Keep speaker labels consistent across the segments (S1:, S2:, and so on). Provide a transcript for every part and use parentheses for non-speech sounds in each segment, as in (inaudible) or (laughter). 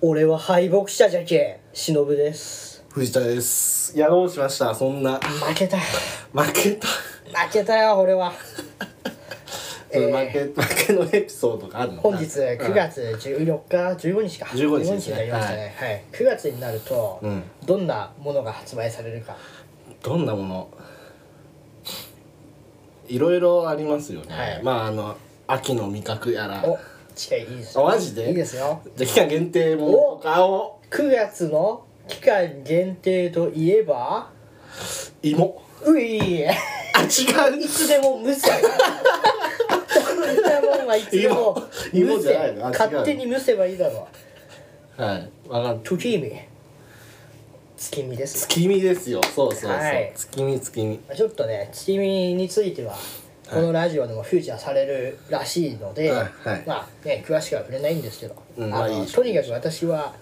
S1: 俺は敗北者じゃけ忍です
S2: 藤田ですやろうしましたそんな
S1: 負けた
S2: 負けた
S1: 負けたよ俺は
S2: それ負け、 (laughs) 負けのエピソードがあるの
S1: 本日9月14日15日か
S2: 15日ですね
S1: になりましたね、はい9月になると、
S2: うん
S1: どんなものが発売されるか
S2: どんなものいろいろありますよね、
S1: はい
S2: まああの秋の味覚やら
S1: お近いいいです
S2: あ
S1: よ
S2: マジで
S1: いいですよ
S2: じゃあ期間限定ものとかを
S1: 9月の期間限定といえば
S2: 芋
S1: うい
S2: あ違う
S1: いつでも蒸
S2: (laughs)
S1: せどんなもんはいつでも
S2: 芋
S1: 蒸
S2: 芋
S1: せ
S2: じゃないのあ違う
S1: 勝手に蒸せばいいだろう
S2: はいわかん
S1: 月見月見です
S2: 月見ですよそうそうそう、
S1: はい
S2: 月見月見
S1: ちょっとね月見についてはこのラジオでもフューチャーされるらしいので、
S2: はいはい
S1: まあね詳しくは触れないんですけど、
S2: うんま
S1: あ
S2: あ
S1: の
S2: いいでしょ
S1: とにかく私は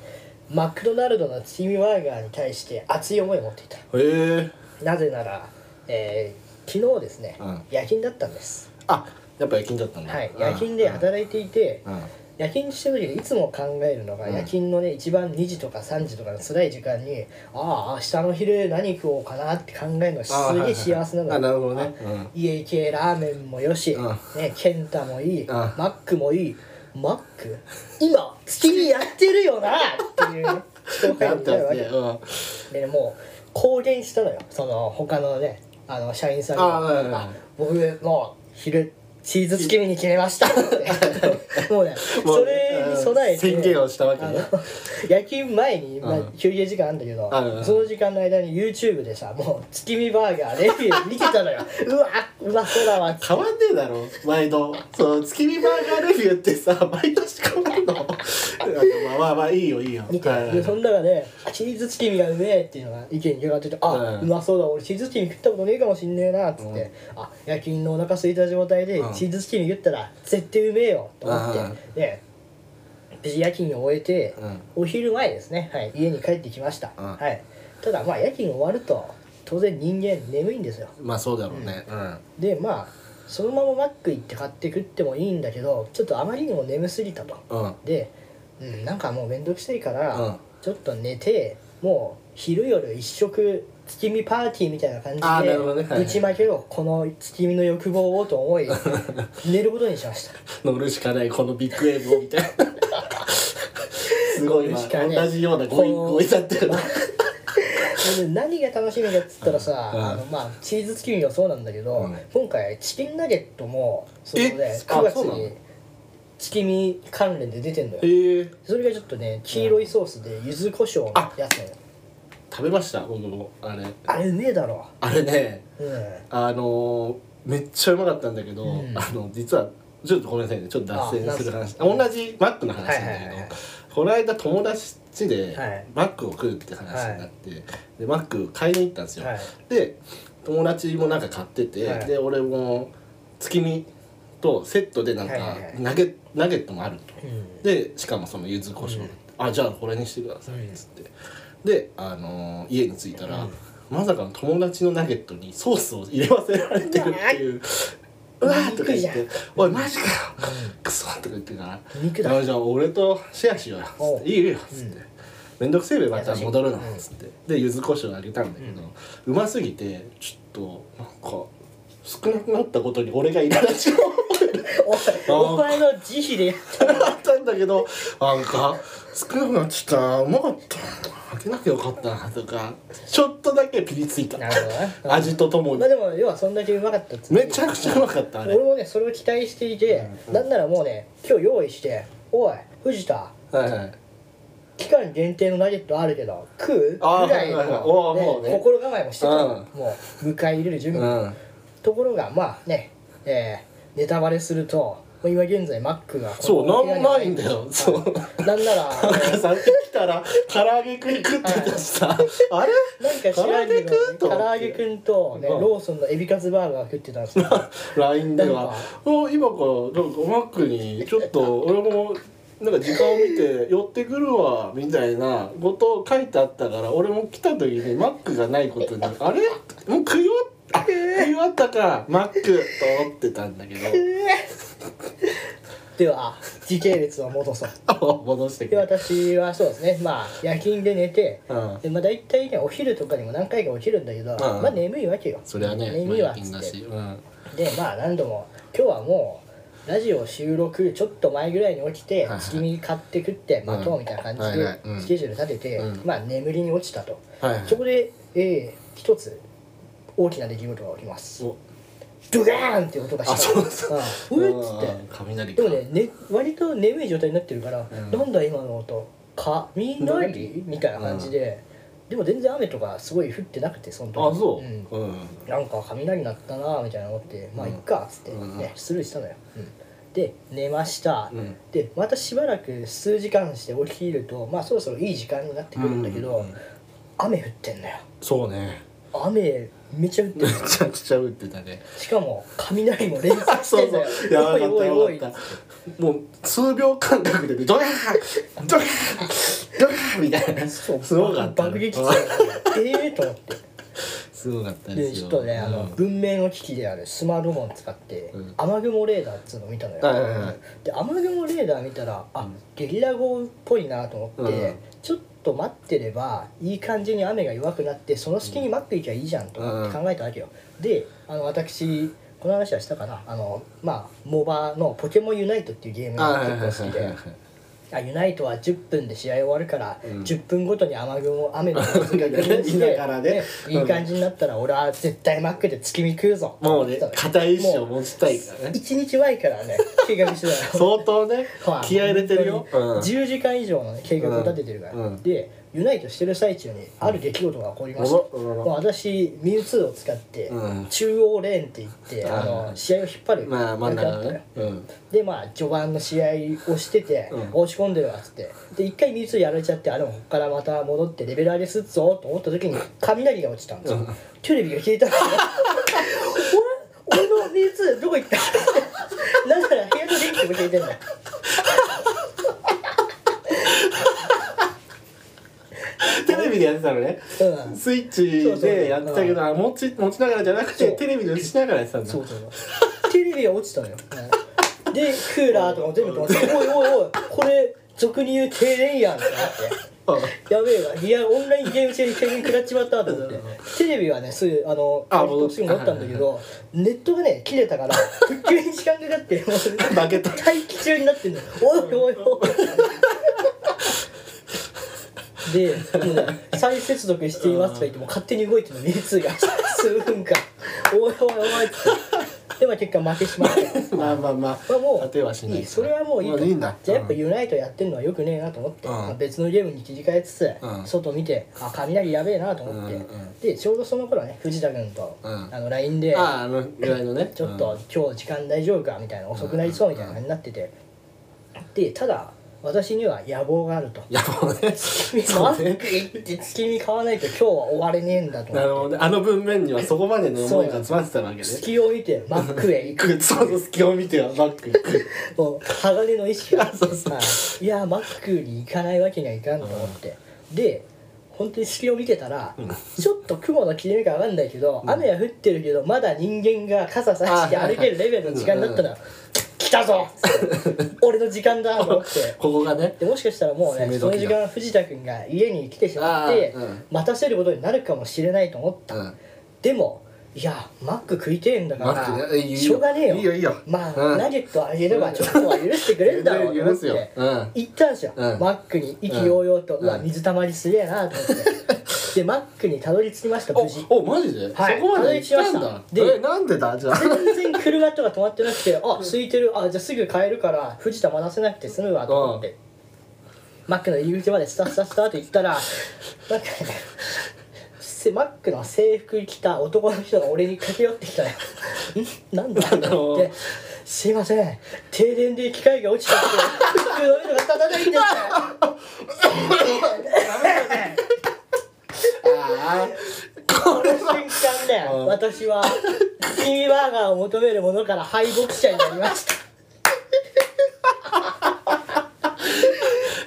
S1: マクドナルドの月見バーガーに対して熱い思いを持っていた
S2: へえ
S1: なぜなら、えー昨日ですね、
S2: うん
S1: 夜勤だったんです、
S2: あやっぱ夜勤だったんだ
S1: はい、夜勤
S2: (laughs)
S1: で働いていて、
S2: うんうん
S1: 夜勤してる時にいつも考えるのが、
S2: うん
S1: 夜勤のね一番2時とか3時とかの辛い時間にああ明日の昼何食おうかなって考えるのす
S2: あーはい
S1: げ
S2: はいは
S1: え
S2: い
S1: 幸せなの
S2: あなるほどねうん
S1: 家系ラーメンもよし、
S2: うん
S1: ね、ケンタもいい、
S2: ん
S1: マックもいいマック今月にやってるよなっていう
S2: (laughs)
S1: ね人が
S2: や
S1: い
S2: って
S1: た
S2: ま
S1: わ
S2: す
S1: け
S2: ね、
S1: でね
S2: うん
S1: もう公言したのよその他のねあの社員さんが
S2: あはいはいはい
S1: あ僕もう昼チーズ月見に決めま
S2: (laughs)
S1: した」ってもうね
S2: も
S1: そう
S2: ね
S1: れに備えて
S2: うん宣言をしたわけ
S1: あ
S2: ね
S1: の夜勤前に、まあ
S2: うん
S1: 休憩時間あるんだけど、
S2: はいはいはい
S1: その時間の間に YouTube でさもう月見バーガーレビュー見て
S2: (laughs)
S1: たのようわうまそうだわっつって
S2: 変わんねえだろ毎度その月見バーガーレビューってさ (laughs) 毎年変わるの (laughs) なんかまあまあまあいいよいいよ
S1: 見て、
S2: はいはい
S1: でその中で「あチーズチキンがうめえ」っていうのが意見広がってて「あ、
S2: うん
S1: うまそうだ俺チーズチキン食ったことねえかもしんねえな」っつって「あ夜勤のお腹空いた状態で
S2: うん
S1: チーズチキン食ったら絶対うめえよ」と思って、
S2: うん
S1: で無事夜勤を終えて、
S2: うん
S1: お昼前ですね、はい、家に帰ってきました、
S2: うん
S1: はい、ただまあ夜勤終わると当然人間眠いんですよ
S2: まあそうだろうねうん、
S1: でまあそのままマック行って買って食ってもいいんだけどちょっとあまりにも眠すぎたと。
S2: うん
S1: で、うん、なんかもう面倒くさいから、
S2: うん
S1: ちょっと寝てもう昼夜一食月見パーティーみたいな感
S2: あー
S1: じで
S2: なるほどねはいはい
S1: ぶちまけろこの月見の欲望をと思
S2: (laughs)
S1: い寝ることにしました
S2: 乗るしかないこのビッグウェーブをみたいな (laughs) すごい
S1: 乗
S2: 今
S1: るしかねえ
S2: 同じような語彙
S1: この
S2: 語彙だったよ
S1: (laughs)
S2: な
S1: で何が楽しみかっつったらさ、
S2: うん
S1: あのまあ、チーズ月見もそうなんだけど、
S2: うん
S1: 今回チキンナゲットもその
S2: え
S1: ね
S2: あ
S1: 9月
S2: そうなの
S1: に月見関連で出てんのよ
S2: ええ
S1: それがちょっとね黄色いソースで柚子胡椒のやつなのよ
S2: 食べました僕もあれ
S1: あれうめえだろ
S2: あれね
S1: うん
S2: あのーめっちゃうまかったんだけど、
S1: うん
S2: あの実はちょっとごめんなさいねちょっと脱線する話
S1: あなんす
S2: 同じマックの話なんだけど、
S1: はいはいはい
S2: この間友達家で
S1: はい
S2: マックを食うって話になって、でマック買いに行ったんですよ、
S1: はい
S2: で友達もなんか買ってて、
S1: はい
S2: で俺も月見とセットでなんか
S1: はいはいはい
S2: ナゲ,、ナゲットもあると、
S1: うん
S2: でしかもその柚子胡椒、
S1: うん
S2: あじゃあこれにしてください」っつって、で、あのー家に着いたら、
S1: うん
S2: まさかの友達のナゲットにソースを入れ忘れられてるっていう「う
S1: うわ
S2: わ
S1: ー
S2: ー」とか言っ
S1: 肉
S2: て「おいマジかよ、クソ」とか言ってな
S1: 肉だ
S2: あじゃあ俺とシェアしようよ」
S1: お
S2: つって「いいよ」つって。めんどくせえべまた戻るの
S1: 優しい
S2: つってで柚子胡椒あげたんだけど、うますぎてちょっとなんか少なくなったことに俺がいらなし
S1: (laughs) おお前の慈悲でやっ
S2: あったんだけどなんか少なくなっちゃったうまかった開けなきゃよかったなとかちょっとだけピリついた
S1: たなるほどね
S2: 味ととも
S1: まあ
S2: に
S1: でも要はそんだけうまかったっつって
S2: めちゃくちゃうまかったあ
S1: 俺
S2: れ
S1: もねそれを期待していてなんならもうね今日用意して「おい藤田
S2: はいはい
S1: 期間限定のナゲットあるけど食う?」ぐ
S2: あー
S1: らい
S2: はいはいはいおーも
S1: の
S2: う
S1: ね
S2: ね
S1: 心構えもしてたの
S2: うん
S1: もう迎え入れる準
S2: う
S1: 備
S2: ん
S1: ところがまあねえーネタバレするともう今現在マックがこの
S2: そうなんもないんだ
S1: は
S2: よそう
S1: いなんなら
S2: なんかさっき来たら唐揚げ食い食ってたしさ (laughs) あれ
S1: なんか知らんけどね唐揚げくんとね
S2: うん
S1: ローソンのエビカツバーガー食ってたんですよ
S2: (laughs) LINE で
S1: なん
S2: は
S1: か
S2: 「お今からなんかマックにちょっと (laughs) 俺もなんか時間を見て寄ってくるわ」みたいなことを書いてあったから俺も来た時にマックがないことに「あれもう食い終わった食い終わったかマック」と思ってたんだけど
S1: っでは時系列を戻そう
S2: 戻してく
S1: で
S2: れ
S1: 私はそうですねまあ夜勤で寝て
S2: (laughs) うん
S1: でまあ大体ねお昼とかにも何回か起きるんだけど、まあ眠いわけよ
S2: それはね
S1: 眠いわっ
S2: 金
S1: つっ
S2: だ
S1: て
S2: しうん
S1: でまあ何度も今日はもうラジオ収録ちょっと前ぐらいに起きて
S2: はいはい
S1: 月見買って食って待とうみたいな感じ
S2: はいはいうん
S1: でスケジュール立てて、
S2: うん
S1: まあ眠りに落ちたと、
S2: はいはい
S1: そこで、えー一つ大きな出来事が起きます
S2: お
S1: ドガーンって音がした
S2: あそうそう
S1: うんうえっつって
S2: うん雷
S1: で
S2: か
S1: もねね割と眠い状態になってるから、
S2: うん
S1: なんだ今の音雷みたいな感じで、でも全然雨とかすごい降ってなくてその
S2: あ
S1: 時
S2: そ
S1: う
S2: う
S1: ん
S2: うん
S1: なんか雷鳴ったなみたいな思ってまあいっかっつって、ね
S2: うん
S1: スルーしたのよ、で寝ました、
S2: うん
S1: でまたしばらく数時間して起きるとまあそろそろいい時間になってくるんだけど、
S2: うん
S1: 雨降ってんのよ
S2: そうね
S1: 雨めちゃ降って
S2: (laughs) め
S1: る
S2: ちゃくちゃ打ってたね
S1: しかも雷も連
S2: あ
S1: 発し
S2: そ
S1: て
S2: うん
S1: のよ
S2: (laughs) そうやばかった
S1: おい
S2: やばかったもう数秒間隔でドヤードヤードヤーみたいなす
S1: そう
S2: ごかったね
S1: 爆撃してたよええと思って
S2: すごかった
S1: で
S2: (laughs) です
S1: ちょ
S2: よ
S1: っとねあの
S2: うん
S1: 文明の機器であるスマートフォン使って
S2: うん
S1: 雨雲レーダーっつうのを見たのよ、
S2: はいはいはい
S1: で雨雲レーダー見たらあ
S2: ん
S1: ゲリラ豪雨っぽいなと思って、
S2: うん
S1: ちょっと待ってればいい感じに雨が弱くなってその隙に待っていきゃいいじゃんと思って考えたわけよ、であの私この話はしたかなあのまあモバの「ポケモンユナイト」っていうゲーム
S2: あ
S1: が
S2: はいはいはい
S1: 結構好き
S2: はい
S1: で。あユナイトは10分で試合終わるから、
S2: うん
S1: 10分ごとに雨雲雨のが
S2: (laughs) 見ながらねうん
S1: いい感じになったら俺は絶対マックで月見食うぞ
S2: もうね
S1: と思ってたの
S2: 硬い意志を持ちたいからね
S1: 1日前から
S2: (laughs)
S1: ね計画してたの
S2: 相当ね
S1: はい
S2: 気合入れてるよ
S1: 本当
S2: うん
S1: に10時間以上のね計画を立ててるから、
S2: うんうん
S1: でユナイトしてる最中にある出来事が起こりました、
S2: うんうん
S1: まあ私ミュウツーを使って、
S2: うん
S1: 中央レーンって言ってあ
S2: う
S1: の
S2: ん
S1: 試合を引っ張る
S2: まあ真ん
S1: 役だ
S2: 中
S1: ったのよ
S2: ねうん
S1: でまあ序盤の試合をしてて、
S2: うん
S1: 落ち込んでるわっつってで一回ミュウツーやられちゃってあでもここからまた戻ってレベル上げすっぞと思った時に雷が落ちたんですよ、
S2: うん
S1: テレビが消えたんですよ (laughs) 俺俺のミュウツーどこ行った (laughs) なんなら部屋の電気も消えてんだよ
S2: テレビでやってたのね
S1: うん
S2: スイッチでやってたけどあ持ち持ちながらじゃなくて
S1: そう
S2: テレビで映しながらやってたんだ
S1: そうそうそうテレビが落ちたのよ、でクーラーとかも全部止まって「おいおいおいこれ俗に言う停電やん」ってなって。
S2: うん
S1: やべえわリアオンラインゲーム中に急に食らっちまったと思ってテレビはねすぐあの
S2: あ
S1: 割とすぐ持ったんだけどネットがね切れた (laughs) から復旧に時間かかってもう
S2: 負けた
S1: 待機中になってんのよおいおいおいでもうね再接続していますとか言っても勝手に動いてるのミュウツーが数分間おいおいおいってでまあ結果負けしまったけど
S2: まあまあまあ、
S1: まあもう
S2: 当てはしない
S1: いいそれはもういいと
S2: まあいいんだ
S1: じゃあやっぱ
S2: うん
S1: ユナイトやってるのはよくねえなと思って、
S2: うん
S1: まあ別のゲームに切り替えつつ、
S2: うん
S1: 外見てあ雷やべえなと思って、
S2: うんうん
S1: でちょうどその頃はね藤田君と、
S2: うん
S1: あの LINE で
S2: あああのぐらいのね
S1: ちょっと、今日時間大丈夫かみたいな遅くなりそうみたいな感じになってて、でただ私には野望があると
S2: うん、いやもう
S1: (laughs)
S2: ね
S1: マ
S2: そう
S1: ッ
S2: ね
S1: ク行って月見買わないと今日は終われねえんだと
S2: なる
S1: 思
S2: ほ
S1: っ
S2: ど
S1: て
S2: ねあの文面にはそこまでの
S1: そう
S2: 思いが詰まってたわけね
S1: 隙を見てマックへ行く
S2: くそうそう隙を見てはバック行く
S1: (laughs) もう鋼の意
S2: (laughs)
S1: 識があって
S2: そうそう
S1: はいいやマックに行かないわけにはいかんと思って、で本当に隙を見てたら、ちょっと雲の切れ目か分かんないけど、雨は降ってるけどまだ人間が傘さして
S2: あ
S1: 歩けるレベルの時間だったら「来た
S2: (laughs)
S1: ぞ!」俺の時間だ!」と思って。
S2: ここがね
S1: でもしかしたらもう
S2: 攻
S1: ね
S2: め
S1: その
S2: 時
S1: 時
S2: だ
S1: 間藤田君が家に来てしまって、
S2: あーうん
S1: 待たせることになるかもしれないと思った、
S2: うん
S1: でもいやマック食いてえんだか
S2: マッ
S1: ら、
S2: クねいいよ
S1: しょうがねえよ
S2: いいよいいよ
S1: まあ、
S2: うん
S1: ナゲットあげればちょっとは許してくれんだろうと思っ
S2: 許すよ
S1: て、
S2: うん
S1: 行ったんですよ、
S2: うん
S1: マックに意気揚々と、う
S2: うん
S1: わ水たまりすげえなと思ってでマックにたどり着きました無事
S2: おおマジで、
S1: はい
S2: そこまで行ったん
S1: たど
S2: だ
S1: り着きましたで
S2: えなんでだ
S1: (laughs)
S2: じゃあ
S1: 全然車とか止まってなくてあ空いてるあじゃあすぐ帰るから藤田待たせなくて済むわと思って、マックの入り口までスタスタスタって行ったらなんかねせマックの制服着た男の人が俺に駆け寄ってきたよ (laughs) んなんだ
S2: だ
S1: ろ
S2: ろ
S1: う
S2: う
S1: ってすいません停電で機械が落ちちゃって服の上とか立たないんです
S2: ああこれ
S1: 瞬間ね
S2: うん
S1: 私はキーバーガーを求めるものから敗北者になりました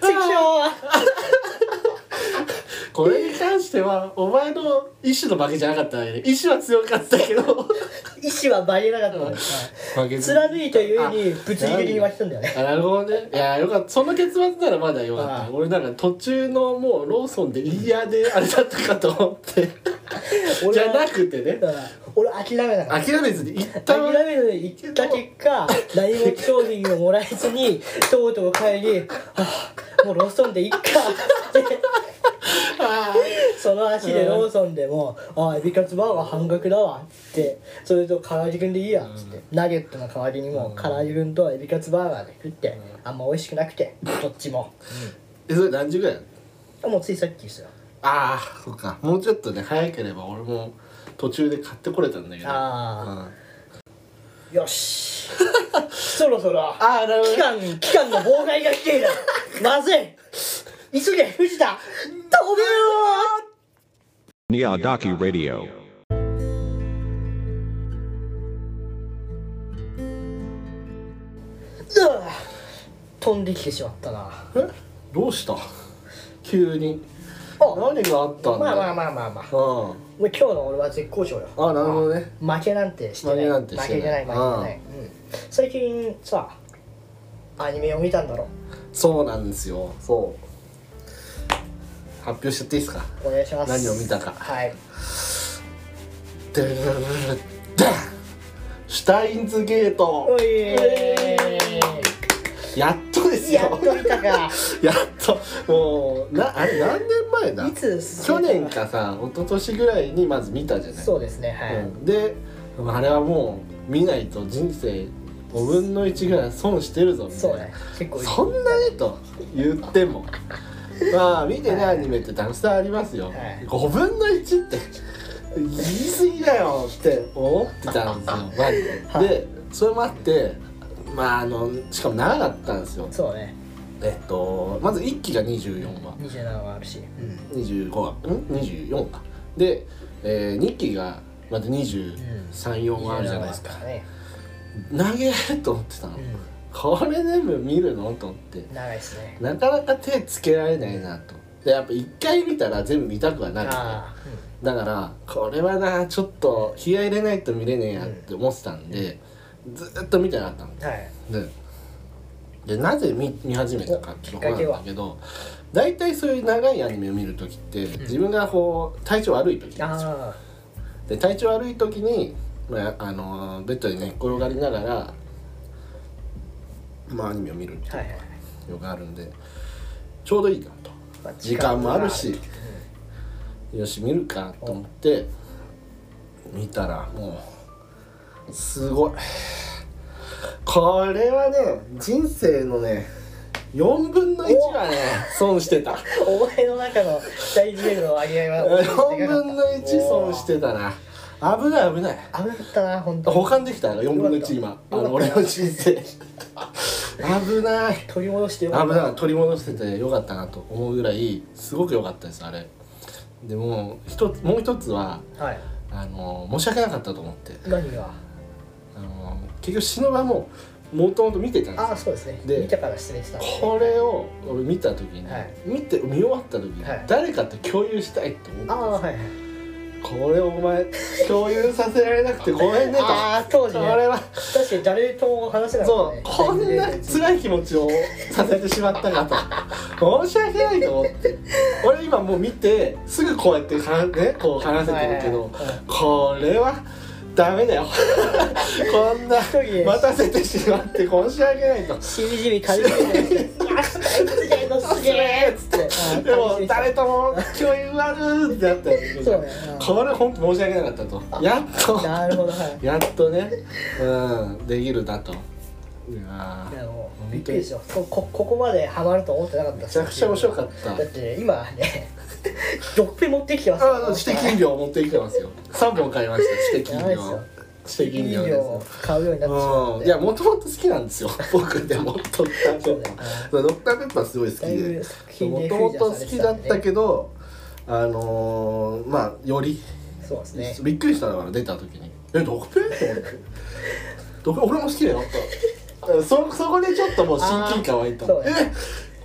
S1: 畜生
S2: これに関してはお前の意志の負けじゃなかったわけで意志は強かったけど
S1: 意志はバリエなかったのに
S2: 負けず
S1: 貫いたゆえに物理的に湧きたんだよね
S2: あなるほどねいやよかったその結末ならまだよかっ
S1: ああ
S2: た俺なんか途中のもうローソンで嫌であれだったかと思ってじゃなくてね
S1: うん俺諦めなかった
S2: 諦めずに一
S1: 諦
S2: 旦
S1: めるに行った結果何も商品をもらえずにとうとう帰り「はあもうローソンでいっか」って
S2: あ
S1: その足でローソンでも「ああエビカツバーガー半額だわ」ってそれと唐揚げくんでいいやっつって、ナゲットの代わりにも唐揚げくんとエビカツバーガーで食って、あんま美味しくなくてどっちも、
S2: えそれ何時ぐらいなの
S1: もうついさっきですよ
S2: ああそうかもうちょっとね早ければ俺も途中で買ってこれたんだけど
S1: あ
S2: うん
S1: よし (laughs) そろそろ
S2: ああなるほど
S1: 期
S2: ね
S1: 間期間の妨害が来 (laughs) ているまずい急げ藤田飛べよ
S3: Niyadaki Radio.
S1: うわ飛んできてしまったな
S2: えどうした急に
S1: お
S2: 何があったんだ
S1: ま
S2: よ
S1: あまあまあまあまあ
S2: うん
S1: もう今日の俺は絶好調よ
S2: あなるほどね
S1: 負けなんてしてない
S2: 負けなんてして
S1: 負
S2: ない
S1: けじゃない負けじゃない、うん最近さアニメを見たんだろ
S2: そうなんですよそう発表しちゃっていいですか
S1: お願いします
S2: 何を見たか
S1: はい
S2: ドゥルルルルルダンシュタインズゲー
S1: お
S2: ト
S1: いえ
S2: やっとです
S1: ー
S2: よ
S1: やっと見た
S2: (laughs)
S1: か
S2: やっともうなあれ何年前だ
S1: いつ
S2: 去年かさ一昨年ぐらいにまず見たじゃない
S1: そうですねはい、
S2: うんであれはもう見ないと人生5分の1ぐらい損してるぞみたい
S1: そう
S2: な
S1: ね結構いい
S2: そんなにと言っても (laughs) まあ見てねアニメってたくさんありますよ、
S1: はい
S2: 5分の1って言い過ぎだよって思ってたんですよマジで、
S1: はい
S2: でそれもあってまああのしかも長かったんですよ
S1: そうね
S2: えっとまず1期が24話
S1: 27はあるし、うん
S2: 25話ん24かで、え2期がまた234話あるじゃないですか
S1: 27はあるね
S2: 投げると思ってたの、
S1: う
S2: これ全部見るのと思って
S1: ん、長いですね
S2: なかなか手つけられないなとでやっぱ一回見たら全部見たくはなる
S1: ああ、
S2: だからこれはなちょっと気合い入れないと見れねえやって思ってたんで、ずーっと見てなかったの
S1: うん、はい
S2: ででなぜ見見始めたかっていうことなんだけど大体そういう長いアニメを見る時って自分がこう体調悪い時なんですよ
S1: あ
S2: で体調悪い時に、まああのーベッドで寝っ転がりながら、まあ、アニメを見るってい
S1: あ
S2: う
S1: はいはい
S2: のがあるんでちょうどいいかなと
S1: まあ
S2: 時間もあるしよし見るかと思って見たらもうすごいこれはね人生のね4分の1はね損して (laughs) た
S1: (laughs) お前の中の大事業の割合は
S2: 4分の1損してたな危ない危ない
S1: 危なかったな本当
S2: 保
S1: に
S2: 管できた4分の1今あの俺の人生 (laughs) 危ない
S1: 取り戻して
S2: 危
S1: よ
S2: な
S1: か
S2: い
S1: った
S2: 取り戻しててよかったなと思うぐらいすごく良かったですあれでも一つもう一つは
S1: はい
S2: あの申し訳なかったと思って
S1: 何が
S2: あの結局忍はもうもともと見てたんです
S1: あ
S2: よ
S1: あそうですね
S2: で
S1: 見たから失礼したんで
S2: これを俺見た時に、
S1: はい
S2: 見て見終わった時に
S1: はい
S2: 誰かと共有したいと思って、
S1: ああはいはい
S2: これお前共有させられなくてごめんねと
S1: ああ当時ね
S2: これは
S1: 確かに誰とも話せなか
S2: そ
S1: った
S2: う
S1: ね
S2: こんな辛い気持ちをさせてしまったかと申し訳ないと思って俺今もう見てすぐこうやってはねこう話せてるけど
S1: はいはいはい
S2: これはダメだよこんな
S1: 人で
S2: 待たせてしまって申し訳ないと。
S1: しみじみ軽いてるあすげえのすげえっつってああ
S2: (laughs) でも
S1: 軽い
S2: 誰とも共有あるってなったんだけ
S1: そ
S2: ど
S1: うねうん
S2: これ本当申し訳なかったとやっと
S1: なるほどはい
S2: やっとねうんできるなといや
S1: い
S2: ー
S1: やもうびっくりですよここここまでハマると思ってなかった
S2: めちゃくちゃ面白かった
S1: だってね今ね (laughs) 毒ペ持ってきてますよ
S2: あ、知的飲料持ってきてますよ。三本買いました。知的飲
S1: やばいっす
S2: 料
S1: よ。
S2: 知
S1: 適
S2: 的飲料
S1: 量を
S2: です。
S1: 買うようになってしまっ
S2: う
S1: て
S2: ん、いやもともと好きなんですよ (laughs) 僕でもドクターペッパーそうドクターペッパーすごい好き
S1: だいぶ
S2: で
S1: 作品
S2: も
S1: で
S2: ともと好きだったけどあのー、まあより、
S1: どそうですね
S2: びっくりしたのから出た時に「えドクペ?」と思って「ドク俺も好きだよ」とそそこでちょっともう親近感湧いた
S1: あーそう
S2: え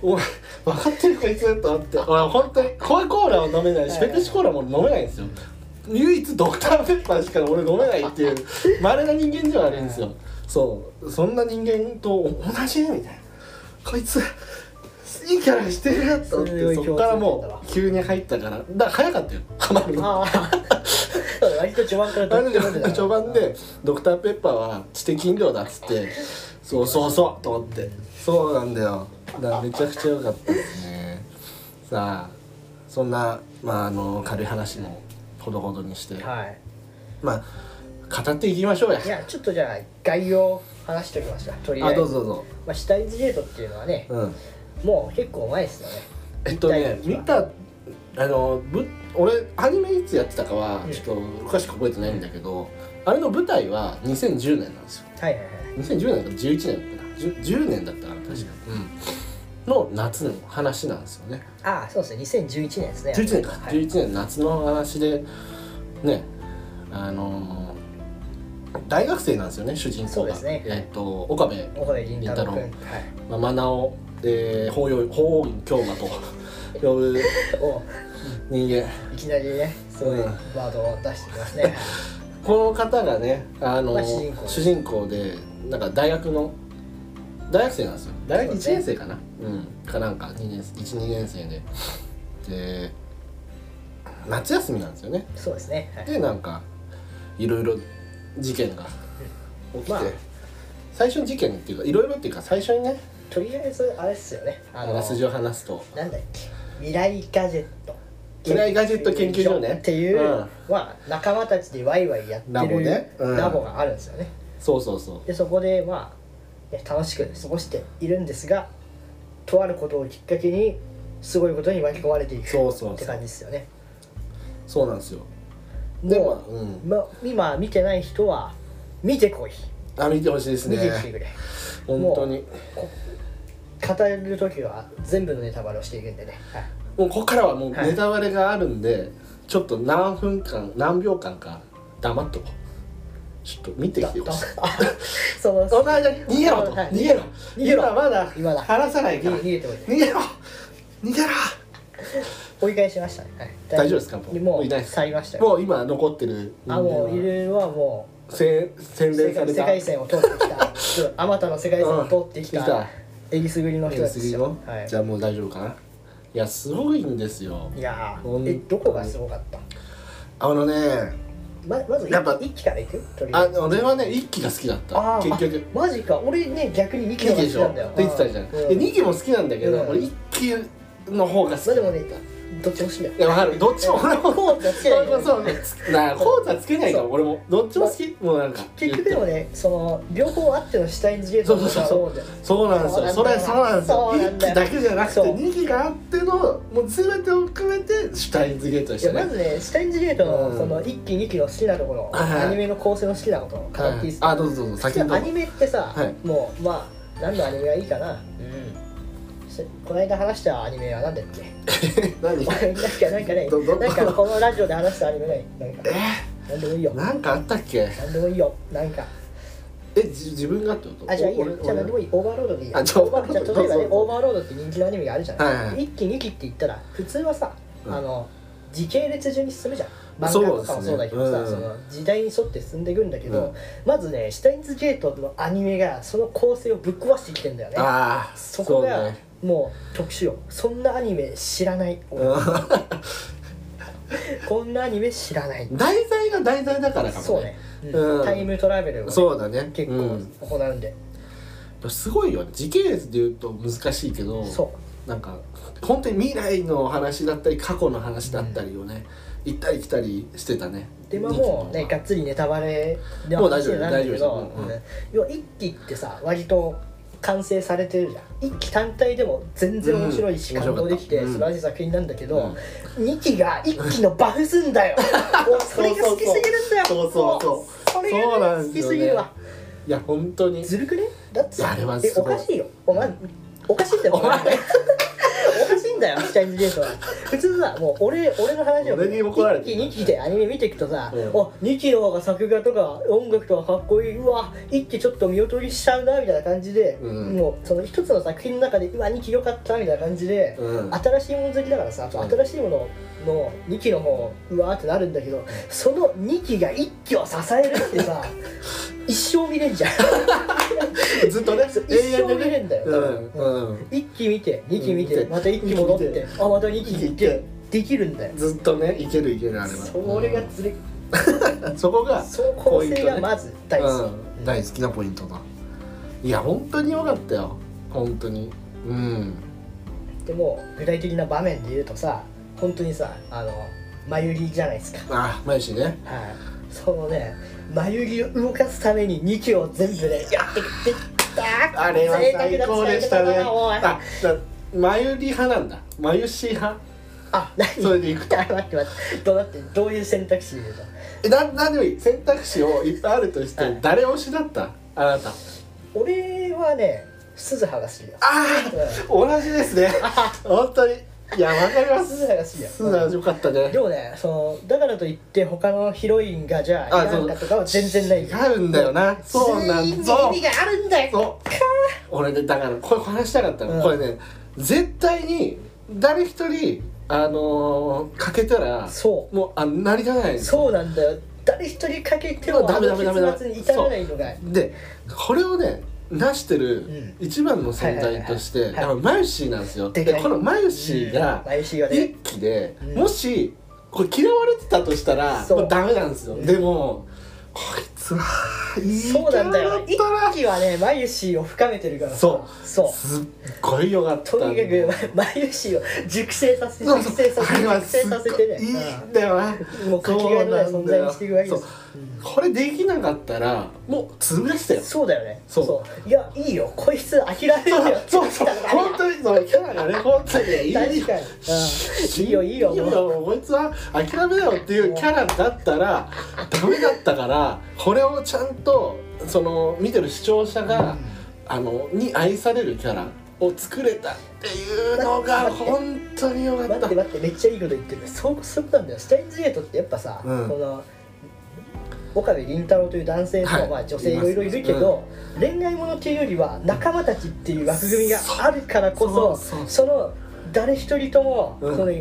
S2: お前分かってるこいつと思って俺本当にコカ・コーラを飲めないし
S1: はい
S2: ペプシコーラも飲めないんですよ唯一ドクターペッパーしか俺飲めないっていう
S1: (laughs)
S2: 稀な人間ではあるんですよそうそんな人間と同じみたいなこいついいキャラしてるなと思っ
S1: すごい共
S2: てそ
S1: 通
S2: っからもう急に入ったからだから早かったよハマるの
S1: ああ割と序盤から
S2: あの序盤で「ドクターペッパーは知的飲料だ」っつって「そうそうそう」と思ってそうなんだよだからめちゃくちゃ良かったですねさあそんな、まあ、あの軽い話もほどほどにして
S1: はい
S2: まあ語っていきましょうや
S1: いやちょっとじゃあ概要を話しておきますかとりあえ
S2: あ
S1: ず
S2: どうぞどうぞ
S1: まあ、シュタインズゲートっていうのはね、
S2: うん
S1: もう結構前ですよね
S2: えっとね
S1: 見
S2: 見
S1: た
S2: たあのぶ俺アニメいつやってたかは
S1: うん
S2: ちょっと詳しく覚えてないんだけど、あれの舞台は2010年なんですよ
S1: はいはいはい
S2: 2010年とか11年だったかな 10, 10年だったかな確かに、の夏の話なんですよね
S1: ああそうですね2011年ですね
S2: 11年か、
S1: はい
S2: 11年夏の話でねあのー大学生なんですよね主人
S1: そう
S2: 公
S1: で
S2: が、
S1: すね
S2: えっと岡部
S1: 岡部倫太郎君
S2: 倫まあマナオ、えー、法要法王院京馬と呼ぶ
S1: を
S2: 人間
S1: いきなりねすごい
S2: うん
S1: ワードを出してきますね
S2: この方がねあの
S1: ま
S2: ー、
S1: あ主人公
S2: 主人公でなんか大学の大学生なんですよ大学
S1: そうね
S2: 1年生かなうんかなんか2年12年生でで夏休みなんですよね
S1: そうですねはい
S2: でなんかいろいろ事
S1: (laughs)
S2: 件が起きて、
S1: まあ
S2: 最初の事件っていうかいろいろっていうか最初にね
S1: とりあえずあれっすよね
S2: あ
S1: あの
S2: らすじを話すと
S1: なんだっけ未来ガジェット
S2: 未来ガジェット研究所ね
S1: っていう、
S2: うん
S1: まあ、仲間たちでワイワイやってる
S2: ラボねうん
S1: ラボがあるんですよね
S2: そうそうそう
S1: でそこでまあね楽しく過ごしているんですがとあることをきっかけにすごいことに巻き込まれていく
S2: そうそうそう
S1: って感じですよね
S2: そうなんですよでも
S1: もう、
S2: うん
S1: ま、今見てない人は見てこい
S2: あ見てほしいです
S1: 見てきて
S2: ね
S1: くれ、
S2: 本当に
S1: 語る時は全部のネタバレをしていくんでね、はい、
S2: もうここからはもう
S1: はい
S2: ネタバレがあるんで、ちょっと何分間何秒間か黙っとこうちょっと見てきてほしい
S1: あその
S2: その間に逃げろと、
S1: はい
S2: 逃げろ
S1: 逃げろ
S2: 今まだ
S1: 今だ
S2: 話さないから
S1: 逃
S2: 逃
S1: げておいて
S2: げろ逃げろ
S1: 追い返しましたね、はい、
S2: 大丈夫ですかもう
S1: も
S2: もういないうです
S1: 去りましたよ
S2: もう今残ってる人間
S1: あも
S2: は
S1: ういるはも
S2: せ洗
S1: う世
S2: 練さ
S1: 界
S2: れ
S1: 世
S2: た
S1: 界線を通ってき
S2: (laughs)
S1: たそうあまたの世界線を通ってき
S2: うん来た
S1: たえりすぐりの人たちです
S2: 次
S1: よ
S2: の、
S1: はい
S2: じゃあもう大丈夫かないやすごいんですよ
S1: いや
S2: ほん
S1: ーえどこがすごかった
S2: あのね
S1: ままず
S2: やっぱ
S1: 一期からいくとりあ
S2: あ
S1: えず
S2: 俺はね一期が好きだった
S1: あー
S2: 結局
S1: あマジか俺ね逆に2期
S2: 二
S1: の方が
S2: 期でし
S1: 好き
S2: ょ
S1: な
S2: っ
S1: んだよ
S2: て言ってたじゃん、
S1: うん
S2: で2期も好きなんだけど、
S1: うん
S2: 俺1期の方が好き
S1: まあでもねどっちも好きだよ
S2: いやわかるどっちも俺も
S1: こうじゃ好き
S2: そ
S1: だ
S2: うそうそうなあ講座つけないから俺もどっちも好きもうなんか
S1: 結局でもねその両方あってのシュタインズゲートの
S2: そうそう
S1: うじゃん
S2: そうなんですよ
S1: そ
S2: そう
S1: なんだよ
S2: れそうなんですよ
S1: そうなん
S2: 1
S1: だよ
S2: 期だけじゃなくて
S1: そう
S2: 2期があってのもう全てを含めてシュタインズゲートで
S1: い
S2: し
S1: や
S2: た
S1: ま
S2: ね
S1: ずねシュタインズゲート
S2: う
S1: の
S2: ん
S1: その1期2期の好きなところ、
S2: はいはい
S1: アニメの構成の好きなことを語っていいですか、
S2: あどうぞどうぞ先にど
S1: ア
S2: うぞ
S1: ニメってさ、
S2: はい
S1: もうまあ何のアニメがいいかなうんしこの間話したアニメは何だっけ
S2: (laughs)
S1: なん
S2: 何
S1: かなんかね
S2: どど
S1: なんかこのラジオで話したアニメないなんか
S2: え
S1: 何でもいいよ
S2: なんかあったっけ
S1: 何でもいいよなんか
S2: えじ自分がってこと
S1: あじゃあいいよ
S2: 俺
S1: じゃあ何でもいいオーバーロードでいいよ
S2: あじゃあ
S1: オーバーじゃあ例えば
S2: そうそう
S1: ねオーバーロードって人気のアニメがあるじゃ
S2: はい
S1: な
S2: はい
S1: 一期二期って言ったら普通はさ、
S2: うん
S1: あの時系列順に進むじゃん
S2: そ
S1: 漫
S2: う
S1: 画と
S2: ですね
S1: かもそうだけどさ
S2: うん
S1: その時代に沿って進んでいくんだけど、
S2: うん
S1: まずね「シュタインズゲート」のアニメがその構成をぶっ壊してきてんだよね
S2: ああ
S1: そこ
S2: う
S1: が
S2: ね
S1: もう特殊よそんなアニメ知らない、こんなアニメ知らない
S2: (laughs) 題材が題材だからかもね
S1: そうね、うん
S2: うん
S1: タイムトラベルをね、
S2: そうだね
S1: 結
S2: うん
S1: 構行うんで、
S2: すごいよね時系列で言うと難しいけど
S1: そう
S2: なんか本当に未来の話だったり過去の話だったりをね、行ったり来たりしてたね
S1: でまあもうねがっつりネタバレで
S2: もう大丈夫
S1: になるんだけ
S2: 大
S1: ど
S2: 丈夫ですうんうん
S1: うん要は一期ってさ割と完成されてるじゃん一期単体でも全然面白いし
S2: うん
S1: 感動できて
S2: 面
S1: 素晴
S2: 白か
S1: ら
S2: った
S1: しい作品なんだけど、二期が一期のバフすんだ
S2: (laughs)
S1: よもうそれが好きすぎるんだよ
S2: そうそうそう
S1: もそれ
S2: そ
S1: が
S2: う
S1: ね好
S2: なんで
S1: き
S2: すよ
S1: す
S2: ね
S1: ぎるわ
S2: いや本当に
S1: ずるくねだって
S2: いや
S1: さ
S2: あれは
S1: え
S2: す
S1: お
S2: ごい
S1: かしいよお前おかしいんだよお前おかしいんだよシャインズゲートは普通さもう俺俺の話を
S2: 俺に怒られて
S1: 一期二
S2: る
S1: 期でアニメ見ていくとさ、
S2: うん
S1: お二期の方が作画とか音楽とかかっこいいうわ一期ちょっと見劣りしちゃうなみたいな感じで、
S2: うん
S1: もうその一つの作品の中でうわ二期良かったみたいな感じで、
S2: うん
S1: 新しいもの好きだからさ
S2: うん
S1: 新しいものの二期の方うわーってなるんだけどその二期が一期を支えるって
S2: (laughs)
S1: さ一生見れんじゃん
S2: ずっとね
S1: そう
S2: 永遠
S1: 一生
S2: で
S1: 見れんだよ
S2: うんうん
S1: 一期見て二期見て、
S2: うん見て
S1: また一期戻っ
S2: 二期
S1: て
S2: 見
S1: あまた二期行っ
S2: 二期行って
S1: てできるんだよ
S2: ずっとねいけるいけるあれは
S1: それがずれ、
S2: うんそこが
S1: その構成がまず大好き、
S2: うん、大好きなポイントだいや本当に良かったよ本当にうん
S1: でも具体的な場面で言うとさ本当にさあの眉毛じゃないですか
S2: あマユシね
S1: はいそのね眉毛を動かすために2キロ全部ねやってきて
S2: あれは
S1: 贅沢な
S2: 最高でしたね
S1: 使い方だおい
S2: あだ眉毛派なんだ眉シ派
S1: あ何
S2: それでいくと
S1: あ (laughs) 待って待ってどうなってどういう選択肢で言うと
S2: えな何でもいい選択肢をいっぱいあるとし
S1: はい
S2: て誰推しだったあなたあ
S1: 俺はね鈴葉が好きよ
S2: あー同じで
S1: (laughs)
S2: すね本当にいやわかりま
S1: 鈴
S2: す
S1: 葉が好きよ
S2: すが良かったね
S1: でもねそのだからといって他のヒロインがじゃあいらんかとかは全然ないよ
S2: 違うんだよなそうなんぞ
S1: 全員に意味があるんだよ
S2: そう俺ねだからこれ話したかったの、
S1: うん
S2: これね絶対に誰一人あのー、かけたら
S1: そう
S2: もうあ成り立たないんですよ
S1: そうなんだよ誰一人かけても
S2: ダメダメダメダメ
S1: あの結末に至らないのが
S2: でこれをね成して
S1: ん
S2: る一番の存在として
S1: はいはい
S2: や
S1: は
S2: っぱマユシーなんですよ
S1: で
S2: で
S1: かい
S2: このマユシーが
S1: 毎週は
S2: 一
S1: ね
S2: 気で、
S1: うん
S2: もしこれ嫌われてたとしたら
S1: そう
S2: もうダメなんですよ、
S1: うん
S2: でもこいつはいいキ
S1: そ
S2: ャ
S1: うな
S2: ラ
S1: ん
S2: だ
S1: だ
S2: っ
S1: よ一
S2: たな
S1: 期はねマユシーを深めてるからさ
S2: そう
S1: そ
S2: すっごいよかっ
S1: う
S2: た
S1: とにかくまマユシーを熟成させ
S2: そう
S1: 熟
S2: そ
S1: 成さ
S2: うあ
S1: せ
S2: れは
S1: 熟
S2: す
S1: 成
S2: っ
S1: させ
S2: ごい
S1: てね
S2: いいんだよな、
S1: うんもうかけがえのない存在にしていくわけです
S2: そう
S1: うん
S2: これできなかったらもう潰れてたよ
S1: そうだよね
S2: そう
S1: そういやいいよこいつ諦めるよ
S2: そうそう本当にそのキャラがね本当にねいい
S1: 確かにうんいいよいいよ
S2: いいよこいつは諦めよっていうキャラだったらダメだったからこれをちゃんとその見てる視聴者が、あのに愛されるキャラを作れたっていうのが本当によかっ
S1: 待ったて待ってめっちゃいいこと言ってるそうそうなんだよスタインズゲートってやっぱさ、
S2: うん
S1: この岡部倫太郎という男性と、
S2: はい
S1: まあ、女性いろいろいるけど、恋愛ものっていうよりは仲間たちっていう枠組みがあるからこそそ
S2: そうそう
S1: の誰一人とも、
S2: うん
S1: その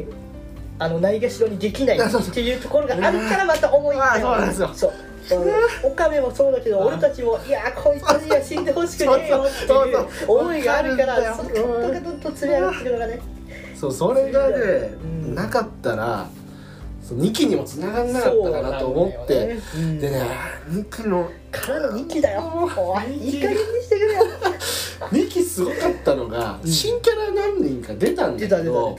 S1: あのないがしろにできない
S2: いやそう
S1: っていうところがあるからまた重いんだよ
S2: うんあそうなんですよ
S1: そうあの岡部もそうだけど
S2: うん
S1: 俺たちもいやーこいつには死んでほしくねえよって
S2: そう
S1: い
S2: そう
S1: う
S2: そう
S1: 思いがあるから
S2: わ
S1: そ
S2: か
S1: の
S2: る
S1: カ
S2: んだよ
S1: ットがどんどん積み上がっていくのがね
S2: そうそれがね、
S1: うん
S2: なかったら2期にも繋がんなかったかなと思って、
S1: そうなんだよね
S2: でね2期の
S1: からの2期だよ
S2: もう
S1: おいいい加減にしてくれよ
S2: 2期すごかったのが、
S1: うん
S2: 新キャラ何人か出たんだけども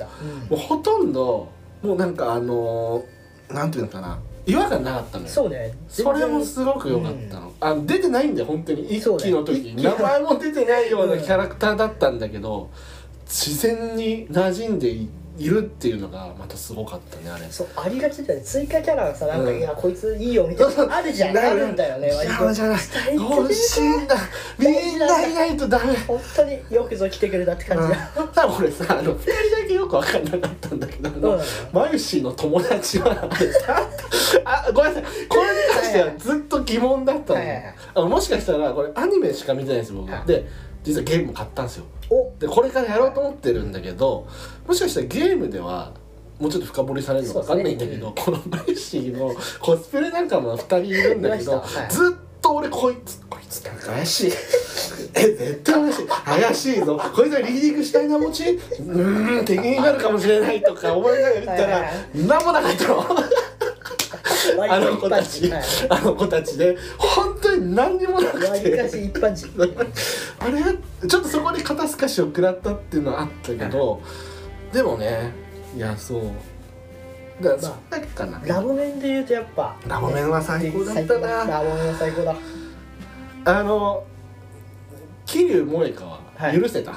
S2: うほとんどもうなんかあのー、なんていうのかな違和感なかったのよ
S1: そうね
S2: それもすごく良かったの、あ出てないんだよ本当に一
S1: そうだ
S2: 期
S1: よ
S2: の時
S1: 一期
S2: 名前も出てないよう
S1: う
S2: なんキャラクターだったんだけど、自然に馴染んでいいるっていうのがまたすごかったねあれ
S1: そうありがちだよね追加キャラがさなんか、
S2: うん
S1: いやこいついいよみたい
S2: (laughs)
S1: なのあるじゃんあるんだよね割
S2: 邪魔じ
S1: と
S2: ゃない欲しいんだみんないないとダメ
S1: 本当によくぞ来てくれたって感じだ、
S2: さ俺さあの二人だけよく分かんなかったんだけどあ
S1: どう
S2: の
S1: なの
S2: マユシーの友達はあごめんなさいこれに関してはずっと疑問だったの
S1: はいはいはい
S2: あのもしかしたらこれアニメしか見てないんです僕
S1: はい
S2: で実はゲームも買ったんですよ
S1: お
S2: でこれからやろうと思ってるんだけどもしかしたらゲームではもうちょっと深掘りされるのか分かんないんだけど、このマユシーのコスプレ仲間が2人いるんだけど、
S1: いましたはい
S2: ずっと俺こいつこいつなんか怪しい (laughs) え絶対怪しい怪しいぞこいつはリーディングしたいな持ちうーん敵になるかもしれないとか思いながら言った
S1: はいはい
S2: ら
S1: は
S2: 何もなかったの
S1: 割と一般人
S2: あの子たち、
S1: はい
S2: あの子たちで本当に何にもなく
S1: 割りか
S2: て。
S1: し一般人
S2: (laughs) あれちょっとそこで肩透かしを食らったっていうのはあったけどでもねいやそうだからそんだけかな、
S1: ラボ面で言うとやっぱ
S2: ラボ面は最高だった
S1: 最
S2: な
S1: 高ラボ面は最高だ
S2: あの桐生萌香
S1: は
S2: はい許せた、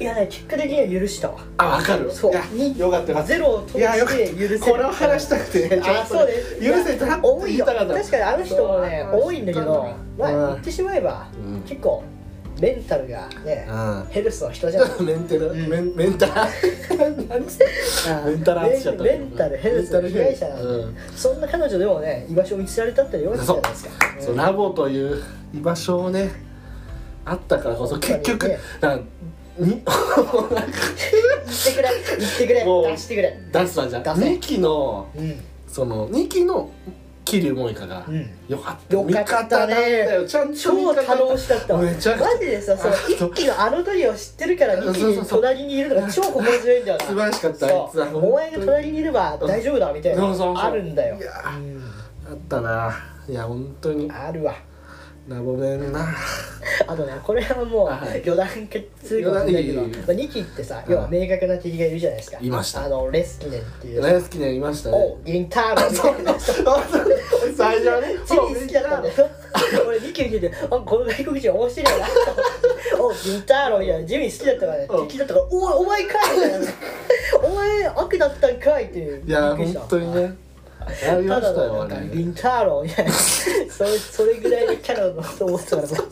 S1: いやね結果的には許したわ
S2: あわかる
S1: そう
S2: いやよかったよかった
S1: ゼロを通
S2: いやよ
S1: し
S2: かって
S1: 許せ
S2: たこれを話したくてねちょ
S1: (laughs) あ
S2: っと
S1: そう
S2: ね
S1: です
S2: 許せたって
S1: 多
S2: 言
S1: い
S2: い
S1: よ
S2: たかった
S1: 確かにあの人もね
S2: そう
S1: 多いんだけどまあ
S2: うん
S1: 言ってしまえば
S2: うん
S1: 結構メンタルがね、
S2: う
S1: ヘルスの人じゃない
S2: んメンテル、
S1: うん
S2: メンメンタル (laughs) 何つってメンタルアンチだった
S1: メンメンタルヘルスの被害者なんで、
S2: うん
S1: そんな彼女でもね居場所を見つけられたってよかったじゃないですか
S2: そううんラボという居場所をねあったからこそ結局
S1: ね
S2: なんに (laughs)
S1: 言ってくれ言ってくれ
S2: もう
S1: 出してくれ
S2: 出すわじゃん
S1: 出せ
S2: 2期の
S1: うん
S2: その2期の桐生萌香が、
S1: うん
S2: よかった
S1: よかったね
S2: 味方なんだよちゃんと
S1: 超
S2: 味方
S1: 頼もしかったわ
S2: めちゃくちゃ
S1: マジでさその
S2: あそう
S1: 一期のあのトリオ知ってるから二期
S2: そうそう
S1: に
S2: そう
S1: 隣にいるのが超心強いんだよな
S2: 素晴らしかったあいつは
S1: そうお前が隣にいれば大丈夫だみたいな
S2: そうそうそう
S1: あるんだよ
S2: いや
S1: うん
S2: あったないや本当に
S1: あるわ
S2: ラボメンな
S1: あとねこれはもう
S2: はい
S1: 余談結通かもしれないけど、
S2: 余談いいよいいよ
S1: まあ、2期ってさ要は明確な敵がいるじゃないですか
S2: いました
S1: あのレスキネンっていう
S2: 大好きになりましたね
S1: お銀タールみたいな
S2: 最初はね
S1: チリ好きだったんだよ (laughs) 俺2期見ててあこの外国人面白いなと思ってお銀タールみたいなジミー好きだったからね
S2: うん
S1: 敵だったからおいお前かいみ
S2: (laughs)
S1: たいなお前悪だったんかいっていう
S2: いや
S1: びっくりした
S2: 本当にねやりま
S1: ただ
S2: した
S1: のな
S2: よ
S1: んか
S2: あれ
S1: リンターロみたいなそれそれぐらいのキャラだと思ってたからさ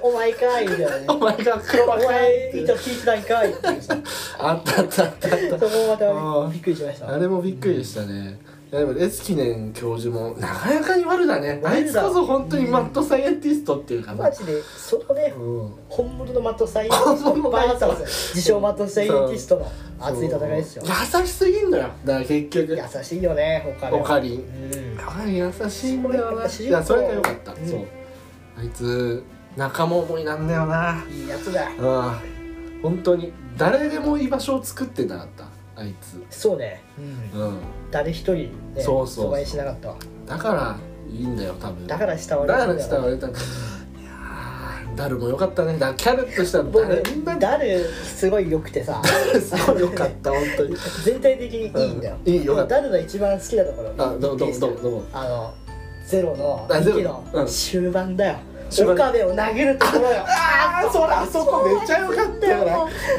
S1: お前かいみたいなね
S2: お前が黒
S1: お
S2: 幕かい
S1: 前糸聞いてたんかいっていうさ
S2: あったあったあったあった
S1: そこもま
S2: あ
S1: た
S2: ー
S1: びっくりしました
S2: あれもびっくりでしたね。いやでもエスキネン教授もなかなかに悪だね。
S1: 悪だ
S2: あいつこそ本当にマッドサイエンティストっていうかな。
S1: マジでそのね
S2: うん。
S1: 本物のマット
S2: (laughs)
S1: サイエンティストいっぱいあったんですよ自称マットサイエンティストの熱い戦いですよ
S2: そう優しすぎんだよ。だから結局。
S1: 優しいよねオカリン
S2: オカリ
S1: うん
S2: ンはい優しいんだよな。
S1: そ
S2: い
S1: れ
S2: やそれが良かった。
S1: うん
S2: そう。あいつ仲間思いなんだよな。
S1: いいやつだ
S2: うん。本当に誰でも居場所を作ってなかった。あいつ。
S1: そうね
S2: うん。
S1: 誰一人ね
S2: そうそう
S1: 阻害しなかったわ
S2: だからいいんだよ多分。
S1: だから慕われ
S2: だ
S1: て
S2: か
S1: ん
S2: ら
S1: よ
S2: 伝われた。いやーダルも良かったね。だからキャルッとしたの
S1: 僕
S2: 誰みんな
S1: ダルすごい良くてさ
S2: すごい良かった本当に。
S1: 全体的にいいんだよ、
S2: うんいいよかった
S1: ダルの一番好きなところ
S2: あどうどうどうどう
S1: あのゼロの
S2: あゼロ
S1: 2期の
S2: うん
S1: 終盤だよ、
S2: 終盤
S1: 岡部を投げるところよ
S2: ああそらあそこめっちゃ良かったよ
S1: そう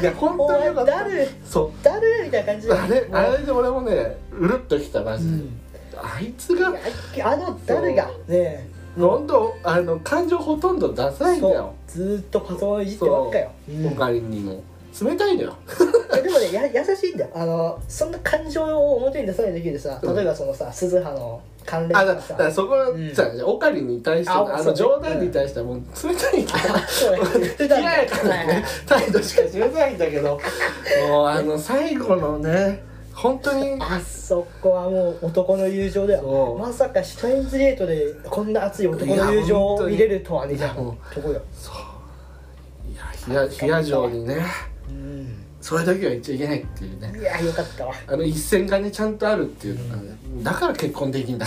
S2: な。いや本
S1: お
S2: 当に
S1: 前
S2: 良かっ
S1: ダ
S2: た。
S1: ル
S2: そ
S1: ダルみたいな感じ
S2: う
S1: で
S2: あれあれで俺もねうるっときたマ
S1: う
S2: ジで。
S1: ん
S2: あいつが
S1: いやあのダルがね
S2: 本当あの感情ほとんど出さないんだ
S1: そう
S2: よ。
S1: ずーっとパソコンいじってばっかよ、うん
S2: おかりにも冷たいのよ。
S1: でもねや優しいんだよあのそんな感情を表に出さないだけでさ
S2: うん
S1: 例えばそのさ鈴葉の関連
S2: あ
S1: と
S2: だ
S1: か
S2: だ
S1: さ
S2: からそこは
S1: うん
S2: じゃあオカリに対しての
S1: あ
S2: あ
S1: そう
S2: の
S1: ね
S2: 冗談に対してはもう冷たいんだよ。
S1: そうね言ってた
S2: (laughs) 冷
S1: んだ
S2: や
S1: よ
S2: やかなね態度しか示さないんだけどもうあの最後のね本当に
S1: あそこはもう男の友情だ
S2: そ
S1: よ
S2: う
S1: まさかシュタインズゲートでこんな熱い男の友情を見れるとはね
S2: い
S1: じゃ
S2: や
S1: あ
S2: 本
S1: とこよ
S2: いや冷や冷や城にね
S1: うん
S2: それだけは言っちゃいけないっていうね
S1: いやよかったわ
S2: あの一線がねちゃんとあるっていうのがねだから結婚でき
S1: (laughs)
S2: んだ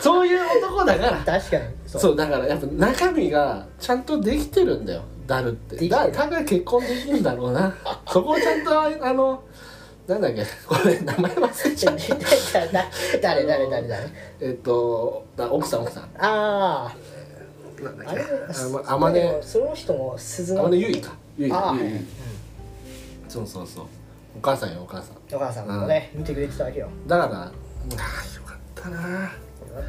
S2: そういう男だから
S1: 確かにそう
S2: そうだからやっぱ中身がちゃんとできてるんだよダルっ
S1: できて
S2: て
S1: る
S2: だからだから結婚できるんだろ
S1: (laughs)
S2: うなそこをちゃんとああのなんだっけこれ名前忘れちゃった
S1: 誰誰誰誰誰
S2: えっとあ奥さん奥さん
S1: あ
S2: なんだ
S1: ああれ
S2: あまあまね
S1: その人も鈴
S2: あ
S1: の
S2: まねゆいかゆい
S1: ああ
S2: か
S1: はい
S2: ゆい
S1: うん
S2: そうそうそうお母さんよお母さん
S1: お母さんもね見てくれてたわけよ
S2: だからああよかったな
S1: よか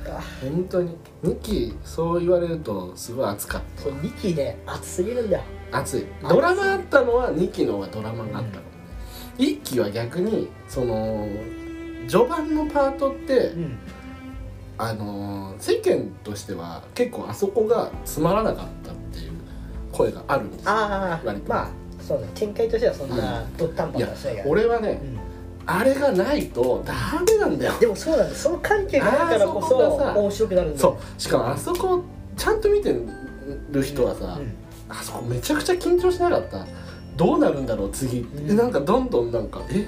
S1: ったわ
S2: 本当に2期そう言われるとすごい熱かっ
S1: そう2期ね熱すぎるんだよ
S2: た熱いドラマあったのは2期の方がドラマがあったのね1期は逆にその序盤のパートって
S1: うん
S2: あのー世間としては結構あそこがつまらなかったっていう声があるんですよ
S1: ああ
S2: 割と
S1: まあそうね展開としてはそんなドッタンパ
S2: い
S1: ン
S2: や
S1: はしないから
S2: 俺はね
S1: うん
S2: あれがないとダメなんだよ
S1: でもそうなんですその関係があるからこ
S2: あーそこが
S1: そ
S2: さ
S1: 面白くなるんだよ
S2: そうしかもあそこちゃんと見てる人はさ、
S1: うん
S2: あそこめちゃくちゃ緊張しなかったどうなるんだろう次、
S1: うん
S2: でなんかどんどんなんかえ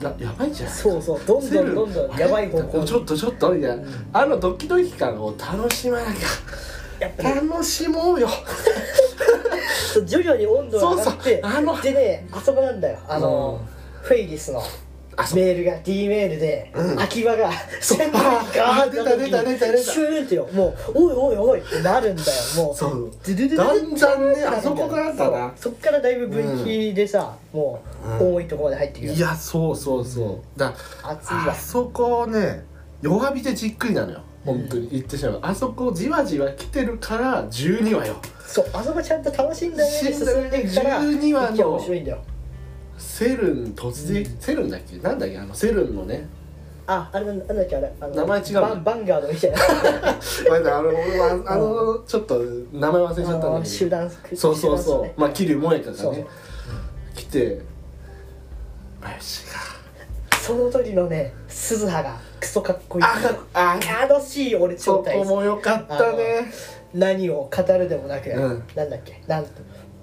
S2: ややばいんじゃない
S1: そうそうどんどんどんどんやばい方向に
S2: (laughs) ちょっとちょっとみたいな、
S1: うん
S2: あのドキドキ感を楽しまなき
S1: やっぱ
S2: ゃ
S1: り
S2: 楽しもうよ
S1: そう徐々に温度が上がって
S2: そうそうあの
S1: でねあそこなんだよあの、フェイリスの
S2: あそう
S1: メールが D メールで、秋葉が全部
S2: あー
S1: ガーッて
S2: 出た出た出た出た
S1: シューンってよもうおいおいおいってなるんだよもう
S2: そう
S1: ドゥドゥドゥドゥ
S2: だんだんね
S1: なる
S2: あそこからだな
S1: そうそっからだいぶ分岐でさ、もう
S2: うん
S1: 多いところまで入ってくる
S2: いやそうそうそうだ
S1: 熱い
S2: あ
S1: わ
S2: そこをね弱火でじっくりなのよ本当に言ってしまうあそこじわじわ来てるから12話よ
S1: そうあそこちゃんと楽しんだ上で進んでいくから
S2: 死んだ上で12話の
S1: 一気に面白いんだよ
S2: セルン突然、セルンだっけなんだっけあのセルンのね (laughs)
S1: ああれなんなんだっけあれあの
S2: 名前違うの
S1: バンバンガードみたいな
S2: まだあの俺はあのちょっと名前忘れちゃったんだ
S1: あの
S2: け
S1: 集
S2: ど
S1: 団
S2: そうそう
S1: 集団
S2: そ
S1: ですね
S2: うまあ桐生萌香
S1: そ
S2: が
S1: う
S2: ね来て林が
S1: その時のね鈴葉がクソかっこいい
S2: あかあ
S1: あのシーン俺
S2: そ
S1: 超大
S2: こ
S1: 好き
S2: も良かったね
S1: 何を語るでもなく、
S2: うん
S1: なんだっけなん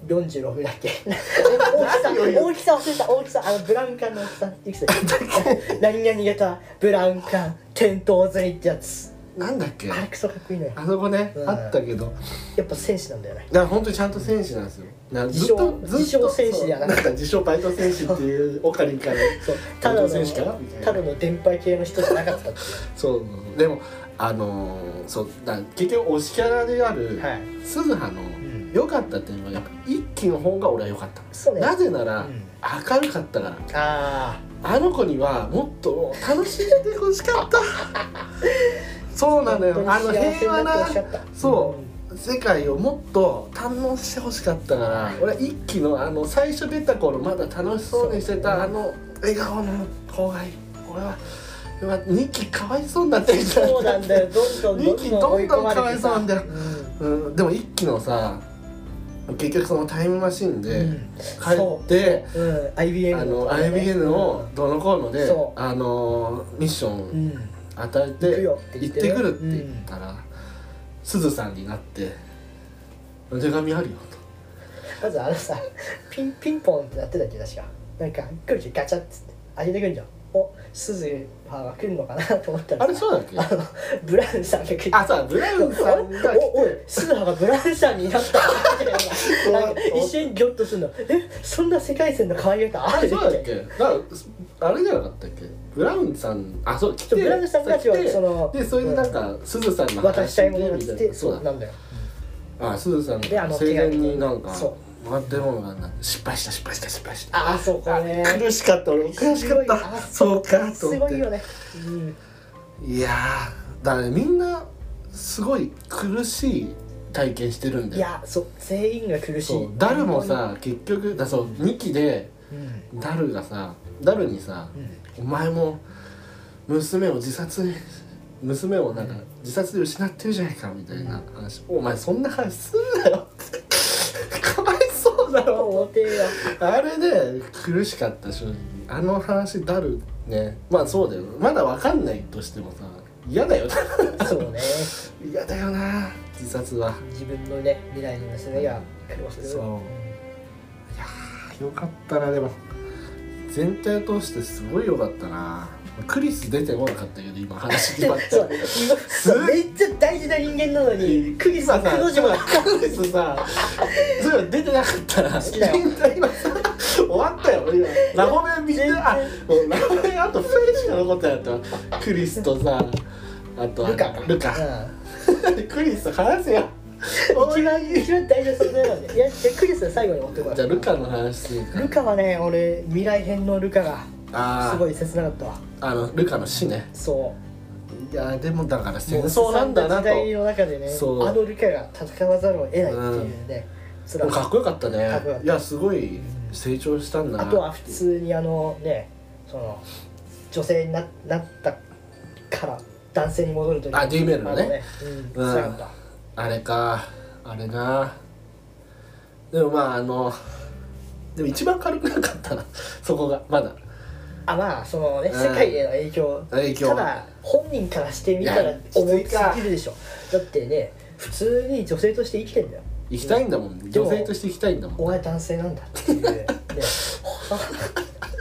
S1: 46だっ
S2: (laughs)
S1: け大きさ大きさ忘れた大きさあのブラウン管の大きさいくつだっけ何々型ブラウン管点灯剤ってやつ
S2: なんだっけ
S1: あれクソかっこいいのよ
S2: あそこね
S1: うん
S2: あったけど
S1: やっぱ戦士なんだよね
S2: だから本当にちゃんと戦士なんですよな
S1: 自
S2: ずっと
S1: 称
S2: ずっと
S1: 自称戦士やな
S2: そうなんか自称バイト戦士っていうオカリンから
S1: (laughs) そうただの
S2: 本当に戦士かなみたいな
S1: ただの電波系の人じゃなかったってい
S2: そうでもあのーそうだ結局推しキャラである
S1: うはい
S2: 鈴葉の
S1: ん
S2: 良かったっていうのはやっぱ一期の方が俺は良かった
S1: そうね
S2: なぜなら、
S1: うん
S2: 明るかったから
S1: あ
S2: あの子にはもっと楽しんでほしかったそう
S1: あ
S2: なのよあの平和なそうう世界をもっと堪能してほしかったから俺は一期のあの最初出た頃まだ楽しそうにしてたあの笑顔の子が俺はうわ二期かわいそうになってきた
S1: そうなんだよどんどんどんどん追い込まれてさ
S2: 人気どんどんかわいそうなんだようん、でも一期のさ結局そのタイムマシン
S1: うん
S2: で
S1: うん
S2: 帰って、
S1: そううん IBN
S2: あ
S1: と
S2: の
S1: かね
S2: IBN をどうのこうので、
S1: そ
S2: あのミッショ
S1: う
S2: ン
S1: ん
S2: 与え
S1: 行く
S2: て
S1: よって言
S2: 行
S1: っ
S2: ってて
S1: ね
S2: くるって言ったらすずさんになって「手紙あるよ」
S1: まずあのさピンピンポンってなってたっけ確かなんか来るじゃんガチャッつって開けてくんじゃんおすずはが来るのかなと思った
S2: とあ
S1: ら
S2: れ
S1: さ
S2: そうだっけ
S1: あのブラウンさんが来る
S2: あさブラウンさんが来て
S1: おおい鈴葉がブラウンさんになった
S2: (laughs)
S1: なんか一瞬ギョッとするのえそんな世界線の可愛い歌あ
S2: あれ
S1: る
S2: そうだっけだからあれじゃなかったっけブラウンさんあそう来て
S1: ブラウンさんたちは
S2: 来て
S1: その
S2: でそれでなんかすずさんの
S1: 渡したいものが
S2: みた
S1: 来
S2: い
S1: て
S2: なそうだ
S1: なんだよ
S2: あすずさん
S1: であの
S2: 生前になんか
S1: 手紙
S2: 回ってるものがなんか失敗した失敗した失敗した
S1: ああそうかね
S2: 苦しかった俺も悔し
S1: す
S2: かっ
S1: ごい
S2: た
S1: あ
S2: そうかと
S1: す
S2: 思
S1: ご
S2: っ
S1: いよ
S2: て
S1: ね、うん、
S2: いやーだからねみんなすごい苦しい体験してるんだ
S1: い
S2: よ
S1: やそう全員が苦し
S2: そ
S1: いう
S2: ダルも、さ結局だそう2期で
S1: うん
S2: ダルがさダルにさ
S1: うん
S2: お前も娘を自殺に娘をなんか自殺で失ってるじゃないかみたいな話、お前そんな話すんなよって (laughs) かわいそうだろ
S1: 思ってよ
S2: あれで苦しかった正直あの話だるねまあそうだよまだわかんないとしてもさ嫌だよな
S1: そうね
S2: 嫌だよな自殺は
S1: 自分のね未来の娘が苦労する
S2: そうよかったなでも全体通してすごいよかったなクリス出てこなかったけど今話
S1: で
S2: 決ま
S1: も
S2: った
S1: (laughs) そう今そうめっちゃ大事な人間なのにクリスは
S2: さ
S1: 黒字もなかった
S2: クリスさそれ出てなかったら
S1: 好きだよ
S2: みんな今さ終わったよ今ラホメンみんなあもうラホメンあと2人しか残ってなかったクリスとさあと
S1: ルカか
S2: ルカ (laughs) クリスと話せよ
S1: (laughs) うん、一番一番大事な存在なのでいやじゃあクリスは最後に持ってこい
S2: じゃあルカの話する
S1: ルカはね俺未来編のルカが
S2: あ
S1: すごい切なかったわ
S2: ああのルカの死ね
S1: そう
S2: いやでもだから戦
S1: もう
S2: 争なんだ
S1: 時
S2: なと
S1: 代の中でね
S2: そう
S1: あのルカが戦わざるを得ないっていうね、それ
S2: かっ
S1: は
S2: こよかったね
S1: かっこよかった
S2: いやすごい成長したんだな
S1: あとは普通にあのねその女性にななったから男性に戻るとき
S2: あ D メールのね
S1: うん
S2: うん
S1: 辛かった
S2: あれかあれなでもまああのでも一番軽くなかったなそこがまだ
S1: あまあそのね
S2: うん
S1: 世界への影響
S2: 影響
S1: ただ本人からしてみた
S2: い
S1: ら
S2: や
S1: 思い
S2: きつ
S1: す
S2: いか
S1: ぎるでしょだってね普通に女性として生きてんだよ
S2: 行きたいんだもん、
S1: でも
S2: 女性として行きたいんだも
S1: お前男性なんだっていう
S2: (laughs)
S1: ねね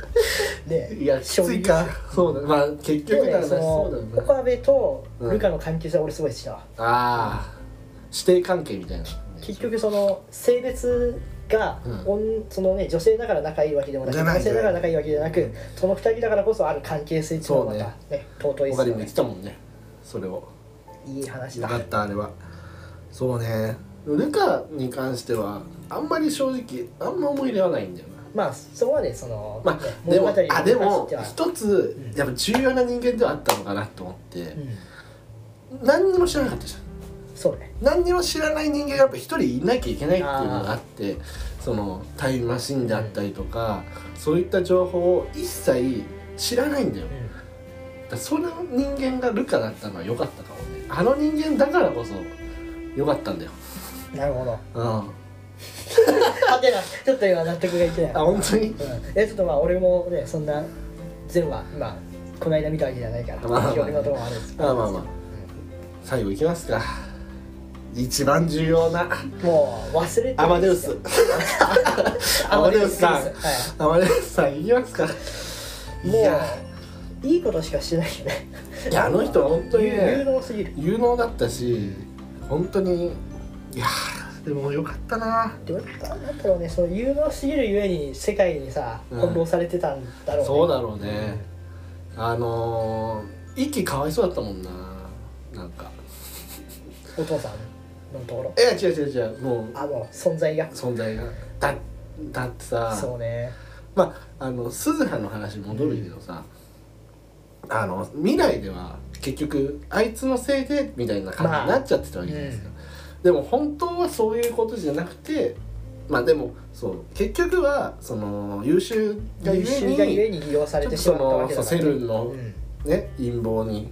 S2: んいやきついかそうだまあ結
S1: でも
S2: 局だ
S1: ね
S2: から
S1: そ
S2: そうだよ
S1: の
S2: ね
S1: 岡部とルカの関係性は俺すごい好きだわ、
S2: ああ師弟関係みたいな
S1: 結局その性別が、
S2: う
S1: 女そのね、女性だから仲いいわけでもなく
S2: じゃない
S1: 男性だから仲いいわけじゃなくその二人だからこそある関係性っていうのがまたね尊いです
S2: 他に
S1: よ
S2: も言
S1: ね
S2: ってたもんねそれを
S1: いい話
S2: よ
S1: だ
S2: かったあれはそうねルカに関してはあんまり正直あんま思い入れはないんだよな
S1: まあそこまでその、
S2: ま
S1: ね
S2: あでもあで
S1: に関し
S2: も
S1: ては
S2: 一つ
S1: うん
S2: やっぱ重要な人間ではあったのかなと思って、
S1: うん
S2: 何にも知らなかったじゃん
S1: そうね
S2: 何にも知らない人間がやっぱ一人いなきゃいけないっていうのがあってそのタイムマシンであったりとか、そういった情報を一切知らないんだよ
S1: う
S2: だからその人間がルカだったのは良かったかもねあの人間だからこそ良かったんだよ
S1: んなる
S2: (laughs)
S1: ほど
S2: うんあ
S1: はてなちょっと今納得がいってない
S2: 本当に
S1: うんえちょっとまあ俺もねそんな全部は今この間見たわけじゃないから
S2: まあまあ
S1: 俺のとこもあるんですけ
S2: ま
S1: ど
S2: あまあまあ最後いきますか一番重要な
S1: もう忘れて
S2: アマデウスアマデウスさん
S1: はい
S2: アマデウスさんいきますかい
S1: も
S2: や
S1: ういいことしかしてないよね
S2: いやあの人本当に
S1: 有
S2: ね
S1: 能すぎる
S2: 有能だったし本当にいやーでもよかったな
S1: でもなんだろうねその有能すぎるゆえに世界にさ
S2: うん
S1: 翻弄されてたんだろうね、
S2: そうだろうねあのー、一気かわいそうだったもんななんか
S1: お父さんのところ
S2: いや違う違う違うもう
S1: あもう存在が
S2: 存在がだだってさ
S1: そうね
S2: まああの鈴葉の話に戻るけどさ、あの未来では結局あいつのせいでみたいな感じになっちゃってたわけじゃないですか、でも本当はそういうことじゃなくてまあでもそう結局はその優秀がゆ
S1: 優
S2: え
S1: 秀
S2: に
S1: がゆえに利用されてしまったわけだから
S2: ちょっとそのセルンの
S1: うん
S2: ね陰謀に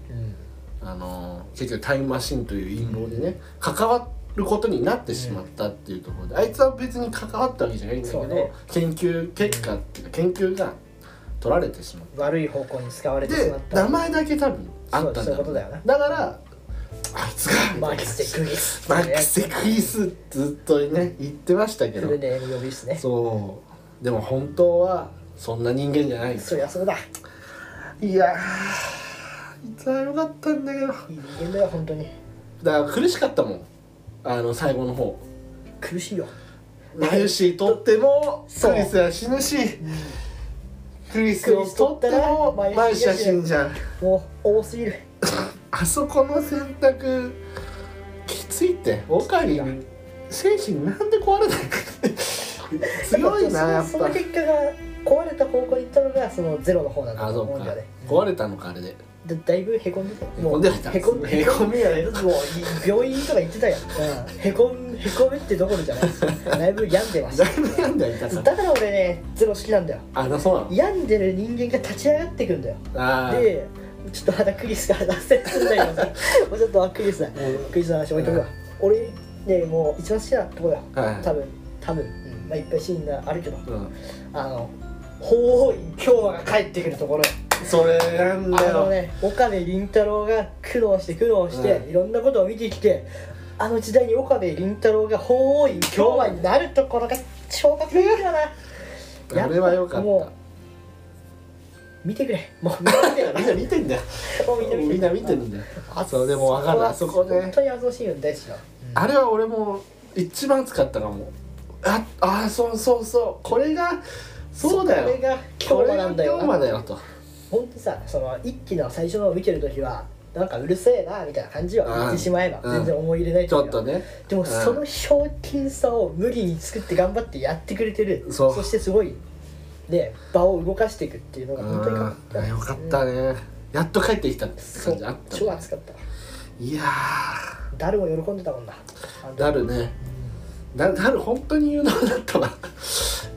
S1: うん
S2: あの結局タイムマシンという陰謀でね、関わることになってしまったっていうところで、あいつは別に関わったわけじゃないんだけど、
S1: そうね
S2: 研究結果っていうか研究が取られてしまっ
S1: 悪い方向に使われ
S2: た
S1: てし
S2: で
S1: まった
S2: 名前だけ多分あったん
S1: そうそうい
S2: だ
S1: うことだよな
S2: からあいつが
S1: マックス・テクリス
S2: マックステクリスずっとね言ってましたけ
S1: フ
S2: ど
S1: ルネーム呼びっすね
S2: そうでも本当はそんな人間じゃないんです
S1: そ
S2: よ
S1: りゃそうだ
S2: いやーいつは良かったんだけど
S1: いい人間だよ本当に
S2: だから苦しかったもんあの最後の方
S1: 苦しいよ
S2: ナユシー取っても
S1: そう
S2: クリスは死ぬしクリスを
S1: クリ
S2: 取っても
S1: ス取ったら
S2: マユシは死んじゃう
S1: もう多すぎる
S2: あそこの選択きついってオカリン精神なんで壊れないか強いなやっ
S1: そ
S2: ぱ
S1: の結果が壊れた方向に行ったのがそのゼロの方なんだ
S2: あ
S1: と
S2: そう
S1: 思うん
S2: か
S1: だよね
S2: 壊れたのかあれで
S1: だだいぶへこんでたよ
S2: へこんでた
S1: へこん
S2: へこみやね
S1: もうい (laughs) 病院とか行ってたやん、うん、へこんへこむってどころじゃない
S2: (laughs)
S1: ですよだいぶ病んでまし
S2: だいぶ病んではいた
S1: た
S2: か
S1: だから俺ねゼロ好きなんだよ
S2: らあそうなの
S1: 病んでる人間が立ち上がってくんだよ
S2: あー
S1: でちょっとまだクリスが脱線するんだけどさもうちょっとクリスだ
S2: うん
S1: クリスの話置いとくわ、俺ねもう一番好きなとこだよ、
S2: はい
S1: 多分多分、うんまあいっぱいシーンがあるけど、
S2: うん
S1: あの法王院京和が帰ってくるところ
S2: それなんだ
S1: あの
S2: よ
S1: ね岡部倫太郎が苦労して苦労して、
S2: うん
S1: いろんなことを見てきてあの時代に岡部倫太郎が法王院京和になるところが超かっこいいよな
S2: あれは良かっ
S1: も
S2: た
S1: 見てくれもう見て
S2: (laughs)
S1: くれ
S2: みんな見てんだよ
S1: もうみんな見て
S2: みんな見てんだよそうでも分かるあそこ
S1: 本
S2: ね
S1: 当にあそこシーン大好きだ
S2: あれは俺も一番使ったかもああそうそうそうこれがそうだ
S1: これ
S2: よ
S1: が今日なんだよ
S2: これが今日だよと
S1: 本当さその一期の最初のを見てる時はなんかうるせえなみたいな感じは言ってしまえば
S2: うん
S1: 全然思い入れない
S2: ち
S1: とい
S2: ょ
S1: う
S2: っ
S1: か
S2: とね
S1: でもそのひょうきんさを無理に作って頑張ってやってくれてる
S2: そう
S1: してすごいで場を動かしていくっていうの
S2: う
S1: が
S2: ん
S1: 本当にかっこ
S2: よかったねやっと帰ってきたって
S1: そ
S2: 感じあ
S1: う
S2: った
S1: 超熱かった
S2: いやー
S1: 誰も喜んでたもんなあの
S2: なるねななる本当に有能だったわ (laughs)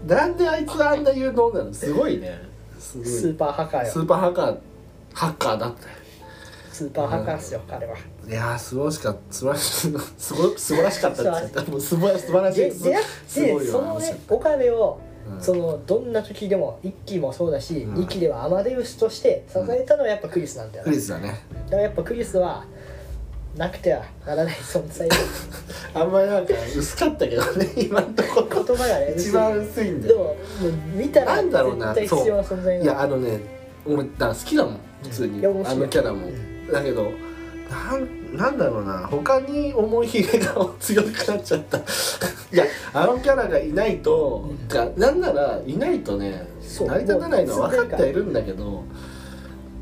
S2: なんであいつあんな有能なのすごいねすごい
S1: スーパーハッカー
S2: ス
S1: よ
S2: ーパーハッカーハッカーだったよ
S1: スーパーハッカーっすよ彼はい
S2: やー素晴らしかった素晴らしいすご素晴らしかったって言ったもう素晴ら素晴らしい
S1: で
S2: す
S1: 出会
S2: すご
S1: って
S2: い
S1: そ
S2: よ
S1: の
S2: 話
S1: ね岡部を
S2: うん
S1: そのどんな時でも1期もそうだし
S2: うん
S1: 2期ではアマデウスとして支えたのはやっぱクリスなんだよ
S2: ク
S1: な
S2: リ
S1: だ
S2: スだね
S1: からやっぱクリスはなくてはならない存在
S2: あんまりなんか薄かったけどね (laughs) 今のとこ
S1: 言
S2: ろ
S1: 葉がね
S2: 一番薄いんだ
S1: でも
S2: よ
S1: もう見たら
S2: なんだろう
S1: 絶
S2: な
S1: 対必要な存在
S2: いやあのね俺だから好きだもん普通
S1: うんい
S2: に
S1: や面
S2: あ
S1: 白い
S2: のキャラも
S1: う
S2: だけどなんなんだろうな他に思い入れが強くなっちゃった (laughs) いやあのキャラがいないと
S1: うん
S2: かなんならいないとね
S1: そう
S2: 成り立たないのは分かってはい
S1: も
S2: るんだけど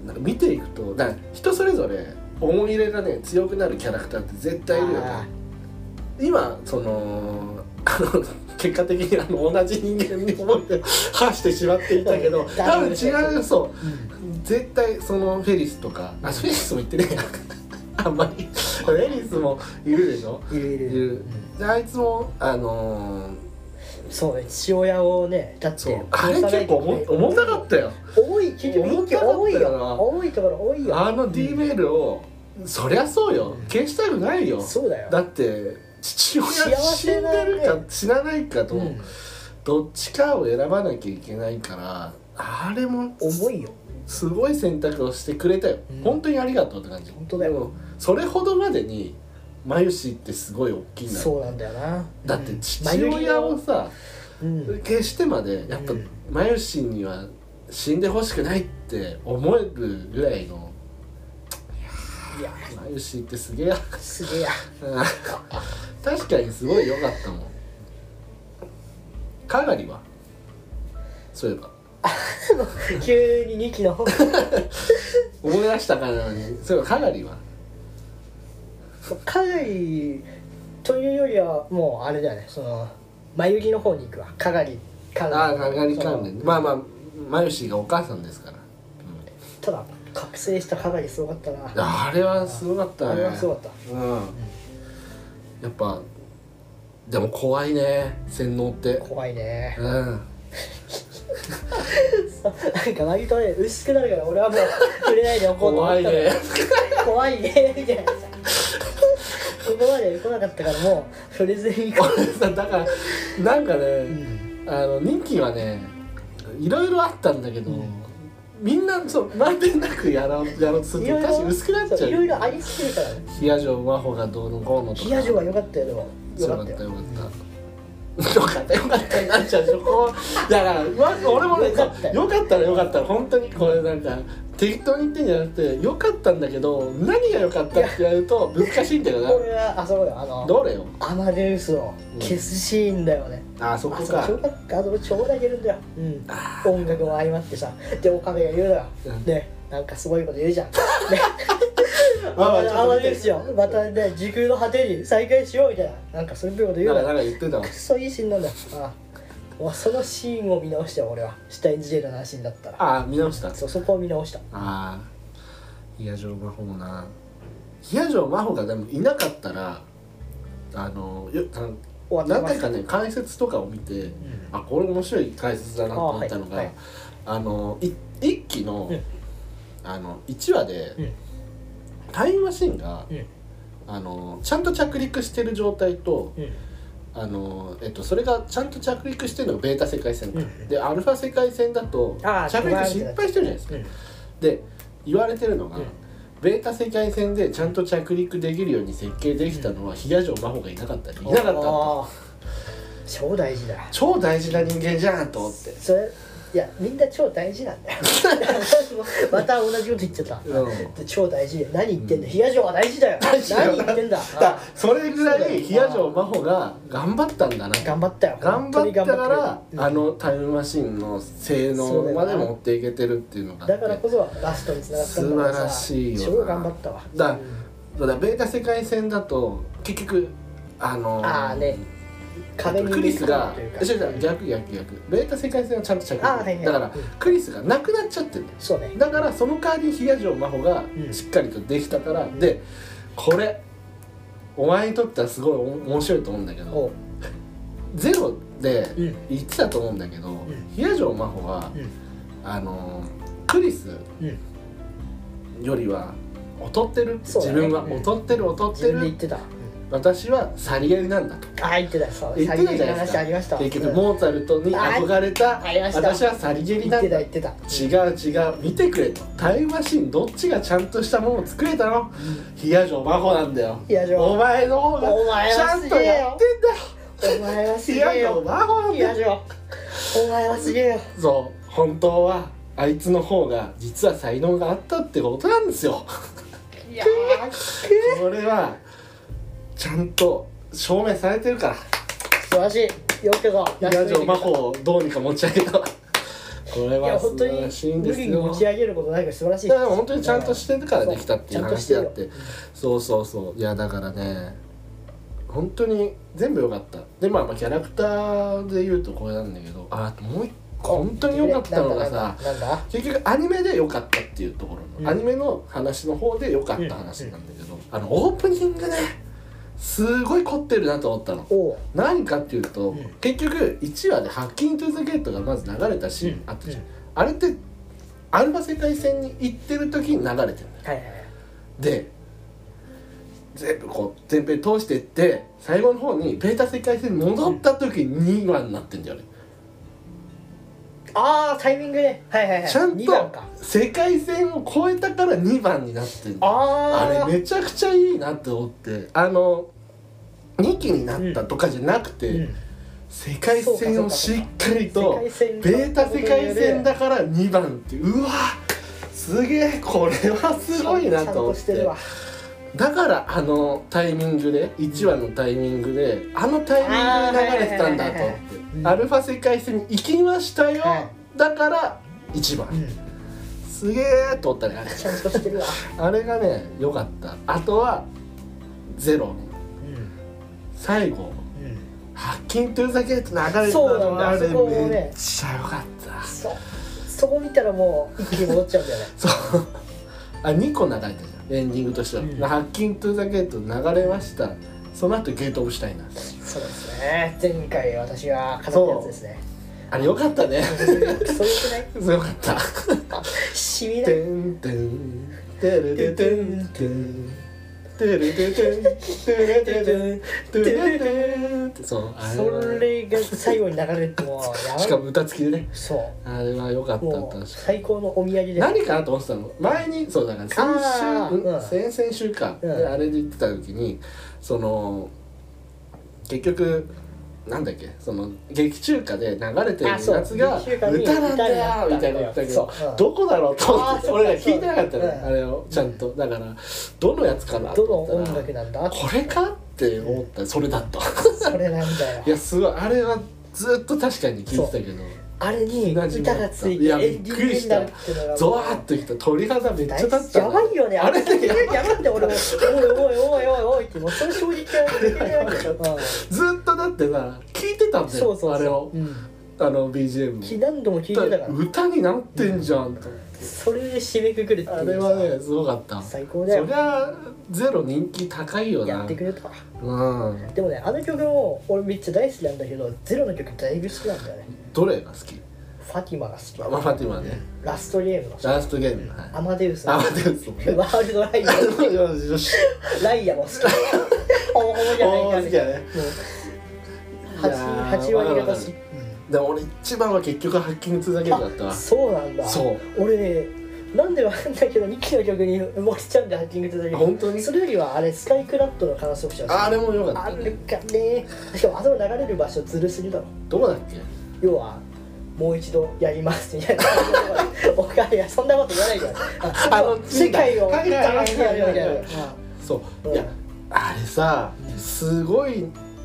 S2: なんか見ていくとだから人それぞれ思い入れがね強くなるキャラクターって絶対いるよね
S1: あ
S2: 今その (laughs) あの結果的にあの同じ人間に思って発してしまっていた
S1: (laughs)
S2: けど
S1: うん
S2: 多分違うそう
S1: う
S2: 絶対そのフェリスとかあフェリスも言ってねえやあんまりエリスもいるでしょ
S1: いるい
S2: い
S1: る
S2: るであいつもあの
S1: そうね父親をねだっ
S2: ー、そ
S1: て
S2: うあれ結構重重たかったよ
S1: 多い結局
S2: 重
S1: 一
S2: た
S1: 挙
S2: か
S1: 多
S2: っ
S1: い
S2: たよな
S1: よ多いところ多いよ
S2: あの D メールを、そりゃそうよ消したくないよ
S1: そうだよ
S2: だって父親
S1: 幸
S2: 死
S1: せ
S2: ん
S1: なね
S2: でるか死なないかと、
S1: うん
S2: どっちかを選ばなきゃいけないからあれも
S1: 重いよ
S2: すごい選択をしてくれたよ、
S1: うん
S2: 本当にありがとうって感じ
S1: 本当だよ
S2: うんそれほどまでにマユシってすごい大きいんだよ
S1: そうなんだよな
S2: だって父親をさ、
S1: うんうん
S2: 消してまでやっぱ
S1: うん
S2: マユシには死んでほしくないって思えるぐらいの
S1: いや
S2: マユシってすげえや
S1: すげえや (laughs)
S2: うん確かにすごい良かったもんかがりはそういえば
S1: 急に2期の
S2: (laughs)
S1: 方
S2: 思い出したかのようにそういえばかがりは
S1: かがりというよりはもうあれだよねその眉毛の方に行くわかがり関連
S2: ああかがり関
S1: そ
S2: 連
S1: の
S2: まあまあマヨシーがお母さんですから、
S1: ただ覚醒したかがりすごかったな
S2: あれはすごかったね
S1: あれはすごかった
S2: うんやっぱでも怖いね洗脳って
S1: 怖いね
S2: うん
S1: なんか割とね薄くなるから俺はもう触れないでおこうと思っ
S2: 怖
S1: た
S2: い
S1: のよ
S2: ね
S1: 怖いねみたいなさ今まで来なかったからもう触れずに行こ
S2: 俺さだからなんかね、
S1: う、うん、
S2: あの任期はねいろいろあったんだけど、
S1: うん
S2: みんなそうまんべんなくやろうやろうとする
S1: い
S2: と
S1: ろい
S2: 確かに
S1: ろ
S2: 薄くなっちゃ
S1: そうういろいろありすぎるからね
S2: 冷や城真帆がどうのこうのとか
S1: 冷や嬢は良かったよでも良
S2: よ
S1: か
S2: か
S1: っ
S2: ったた
S1: よ
S2: よかったよかったよかったになっちゃうでしょこうだから、まず俺もね
S1: よかったよ
S2: よかったらよかったら本当にこれなんか適当に言ってんじゃなくてよかったんだけど何が良かったって言われると難しいんだよ
S1: こ
S2: な
S1: れはあそうよあの
S2: どれよ
S1: アマデウスを消すシーンだよね、
S2: あそ
S1: あ
S2: こ
S1: そこ
S2: か
S1: 超かあそこ超泣けるんだよ、うん、音楽も相まってさで岡部が言うのよ、
S2: うん
S1: ねなんかすごいこと言うじゃん、ね、
S2: まあまあちょっと
S1: アマデウスよまたね時空の果てに再会しようみたいななんかそういうこと言
S2: な
S1: うんの
S2: か
S1: よ
S2: なんか言ってたわ
S1: クソいいシーンなんだよああもうそのシーンを見直したよ俺はシュタインズ・ジェルの話になったら
S2: あ見直した
S1: そうそこを見直した
S2: ああ冷や城真帆もな冷や城真帆がでもいなかったらあのよあの
S1: 終わって
S2: 何
S1: ま
S2: 回
S1: す
S2: かね解説とかを見て、あこれ面白い解説だなと思ったのがあ,、
S1: あはいはい
S2: のい一期の,、
S1: うん
S2: あの1話で、
S1: うん
S2: タイムマシンが、
S1: うん
S2: あのちゃんと着陸してる状態と
S1: うん
S2: あの、えっと、それがちゃんと着陸してるのがベータ世界線か、
S1: うん
S2: でアルファ世界線だと
S1: あー
S2: 着陸失敗してるじゃないですか。
S1: うん
S2: で言われてるのが、
S1: うん
S2: ベータ世界線でちゃんと着陸できるように設計できたのは比嘉城真帆がいなかったりいなかったと
S1: ああ超大事だよ
S2: 超大事な人間じゃんと思って。
S1: それいやみんな超大事なんだ
S2: (laughs)
S1: よまた同じこと言っちゃった、
S2: うん
S1: 超大事何言ってんだ、冷や城は大事だよ
S2: (laughs) 大事だよ
S1: 何言ってんだ
S2: だからそれぐらい冷や城真帆が頑張ったんだな
S1: 頑張ったよ
S2: 頑張ったか
S1: 本当に頑
S2: ら
S1: 張ってる
S2: あのタイムマシンの性能まで持っていけてるっていうのがあって
S1: だからこそラストにつながったんだからさ
S2: 素晴らしいよな
S1: 超頑張ったわ
S2: だ
S1: うん
S2: だからベータ世界線だと結局あの
S1: ああね壁に
S2: クリスが
S1: というか
S2: え違う違う逆逆逆ベータ世界線はちゃんと着陸
S1: あーはいはい
S2: だから
S1: うん
S2: クリスがなくなっちゃってるんだよ
S1: そうね
S2: だからその代わり冷や城真帆が
S1: うん
S2: しっかりとできたから、でこれお前にとってはすごいお面白いと思うんだけど、
S1: おう
S2: ゼロで
S1: うん
S2: 言ってたと思うんだけど、
S1: ん
S2: 冷や城真帆は、
S1: うん
S2: あのークリス
S1: うん
S2: よりは劣ってる、
S1: そうだ
S2: 自
S1: ね
S2: 分は
S1: うん
S2: 劣ってる
S1: 自分
S2: 劣ってる、
S1: で言ってた、うん
S2: 私はさりげりなんだと
S1: ああ言ってたそう
S2: 言ってたじゃないです
S1: 話
S2: か
S1: ありました
S2: 結
S1: う
S2: 局
S1: ん
S2: モーツァルトに憧れた
S1: あありました
S2: 私はさりげり
S1: 言
S2: な
S1: っ
S2: ん
S1: てた言
S2: だ違
S1: ってた
S2: う違う見てくれとタイムマシンどっちがちゃんとしたものを作れたの冷や城真帆なんだよ
S1: 冷や城
S2: お前の方
S1: お
S2: が
S1: 前
S2: ちゃ
S1: は
S2: ん
S1: す
S2: と
S1: げえよ
S2: やってんだよ
S1: お前はす
S2: 冷
S1: げ
S2: や
S1: え
S2: 城
S1: よ
S2: 真帆なん
S1: い
S2: だよ
S1: やじゃあお前はすげえよ
S2: そう本当はあいつの方が実は才能があったってことなんですよ
S1: いや素
S2: (laughs) それはちゃんと証明されてるか
S1: 晴らしいよくぞ
S2: らラジオ魔法をどうにか持ち上げたこれ
S1: いや
S2: は
S1: 本
S2: 素
S1: 当
S2: 晴らしい
S1: に
S2: ん
S1: 無
S2: です
S1: 理に持
S2: よ
S1: ち上げることないから素晴らしい
S2: いやでも本当にちゃんとしてるからできたってい
S1: そう
S2: う
S1: ちゃんとして
S2: 話であ
S1: る
S2: っ
S1: よ
S2: てそうそうそういやだからね本当に全部良かったでまあまあキャラクターで言うとこれなんだけどああともう一本当に良かったのが
S1: な
S2: さ
S1: んだなんだなんだ
S2: 結局アニメで良かったっていうところの、
S1: うん
S2: アニメの話の方で良かった話なんだけど、あのオープニングねすごい凝ってるなと思ったの
S1: おう
S2: 何かっていうと、
S1: うん
S2: 結局1話で「ハッキング・トゥ・ザ・ゲート」がまず流れたシーンあったじゃん、
S1: うん
S2: あれってアルバ世界線に行ってる時に流れて
S1: は
S2: る
S1: いはいはい
S2: で全部こう全編通していって最後の方にベータ世界線に戻った時に2話になってんだよね、
S1: ああタイミングではいはいはい
S2: ちゃん
S1: 二
S2: と
S1: 番か
S2: 世界線を超えたから2番になってんだ
S1: あ
S2: あ
S1: あ
S2: れめちゃくちゃいいなって思ってあの2期になったとかじゃなくて、
S1: うん
S2: 世界線をしっかり
S1: 世
S2: と
S1: 界線
S2: ベータ世界線だから2番ってうわすげえこれはすごいなと思っ
S1: ちゃんして
S2: て
S1: るわ
S2: だからあのタイミングで1話のタイミングであのタイミングで流れてたんだと思
S1: あーは
S2: っ
S1: いはいはいはい
S2: てアルファ世界線に行きましたよ
S1: は
S2: だから1
S1: う
S2: 番
S1: ん
S2: すげえと思ったねあれ
S1: ちゃんとしてるわ
S2: あれがね良かったあとはゼロ
S1: うん
S2: 最後
S1: うん
S2: 「ハッキング・トゥ・ザ・ゲート」流れてた
S1: そうなん
S2: の
S1: だ
S2: あれ
S1: そこをね
S2: めっちゃ良かった
S1: そうそこ見たらもう一気に戻っちゃうんだよね
S2: そうあ2個流れたじゃんエンディングとしては「
S1: うん
S2: ハッキング・トゥ・ザ・ゲート」流れましたその後ゲートオブしたいな
S1: そうですね前回私が語ったやつですね
S2: あれ良かったね
S1: そうよくない
S2: 良かった
S1: しみな
S2: 「
S1: い
S2: てんてんてるててんてん」てるててんてるててんてるててんってそうあれは
S1: それが最後に流れてもうやばい
S2: しかも歌付きでね
S1: そ
S2: あれは良かっ
S1: う
S2: た
S1: も
S2: 確
S1: う
S2: か
S1: 最高のお土産で
S2: に何かなと思ってたの前にそうだから先
S1: あー
S2: 週、うん
S1: うん
S2: 先々週か、
S1: うん
S2: であれで言ってた時にその結局なんだっけその劇中歌で流れてるや
S1: あ
S2: つ
S1: そう
S2: が
S1: 劇中歌に
S2: 歌なんだよ
S1: 歌
S2: み
S1: になったんだよ
S2: たいな言ったけど、
S1: そううん
S2: どこだろうと思
S1: あ
S2: っ
S1: ー
S2: て
S1: そう
S2: 俺ら聞いてなかったね、
S1: そう
S2: あれをちゃんとだからどのやつかなと
S1: どの
S2: 思っ
S1: 音
S2: たら
S1: 楽なんだ
S2: これかって思ったそれだった
S1: それなんだよ
S2: いやすごいあれはずっと確かに聞いてたけど。
S1: あれに歌がつい
S2: い
S1: てエ
S2: や
S1: ンディングになるっていうのが
S2: ゾワーっときた鳥肌めっちゃ立った
S1: やばいよね
S2: あれね
S1: やばいんだ俺もおいおいおいおいおいってもうその衝撃が出てないんだよ
S2: ずっとだってさ聞いてたん
S1: うん
S2: だ
S1: そ
S2: よ
S1: うそうそう
S2: あれを
S1: うん
S2: あの BGM
S1: き
S2: を
S1: 何度も聞いてたから
S2: 歌になってんじゃんと、
S1: それで締めくくるっていう
S2: あれはねすごかったそ
S1: 最高
S2: り
S1: だよ
S2: ゃゼロ人気高いよな
S1: やってくれたわ
S2: うん
S1: でもねあの曲も俺めっちゃ大好きなんだけどゼロの曲だいぶ好きなんだよね
S2: どれが好き
S1: ファティマが好き
S2: ママファティマね
S1: ラストゲームの
S2: ラストゲームはい
S1: アマデウスの
S2: あ待ってくだ
S1: ワールドライヤ
S2: さいよしよし
S1: ーライヤも好きほぼほぼじゃない
S2: おー
S1: か
S2: 好
S1: み
S2: き
S1: た
S2: や
S1: いな
S2: ねいやー
S1: 8割
S2: わかるわ
S1: 方
S2: か
S1: し
S2: るでも俺一番は結局ハッキングだけだったわ
S1: あそうなんだ
S2: そう
S1: 俺ねなんでわかんないけど2期の曲に動きちゃうんでハッキングってだけ
S2: 本当に
S1: それよりはあれスカイクラッドの観測者
S2: あれも良かった
S1: あるかねしかもあそこ流れる場所ずるすぎだろ
S2: どこだっけ
S1: 要はもう一度やりますみたいなおかげやそんなこと言わないじゃん
S2: (laughs) あの
S1: 世界を
S2: はいはいはいはい
S1: 楽しみやるみたいな
S2: はいそううんいやあれさすごい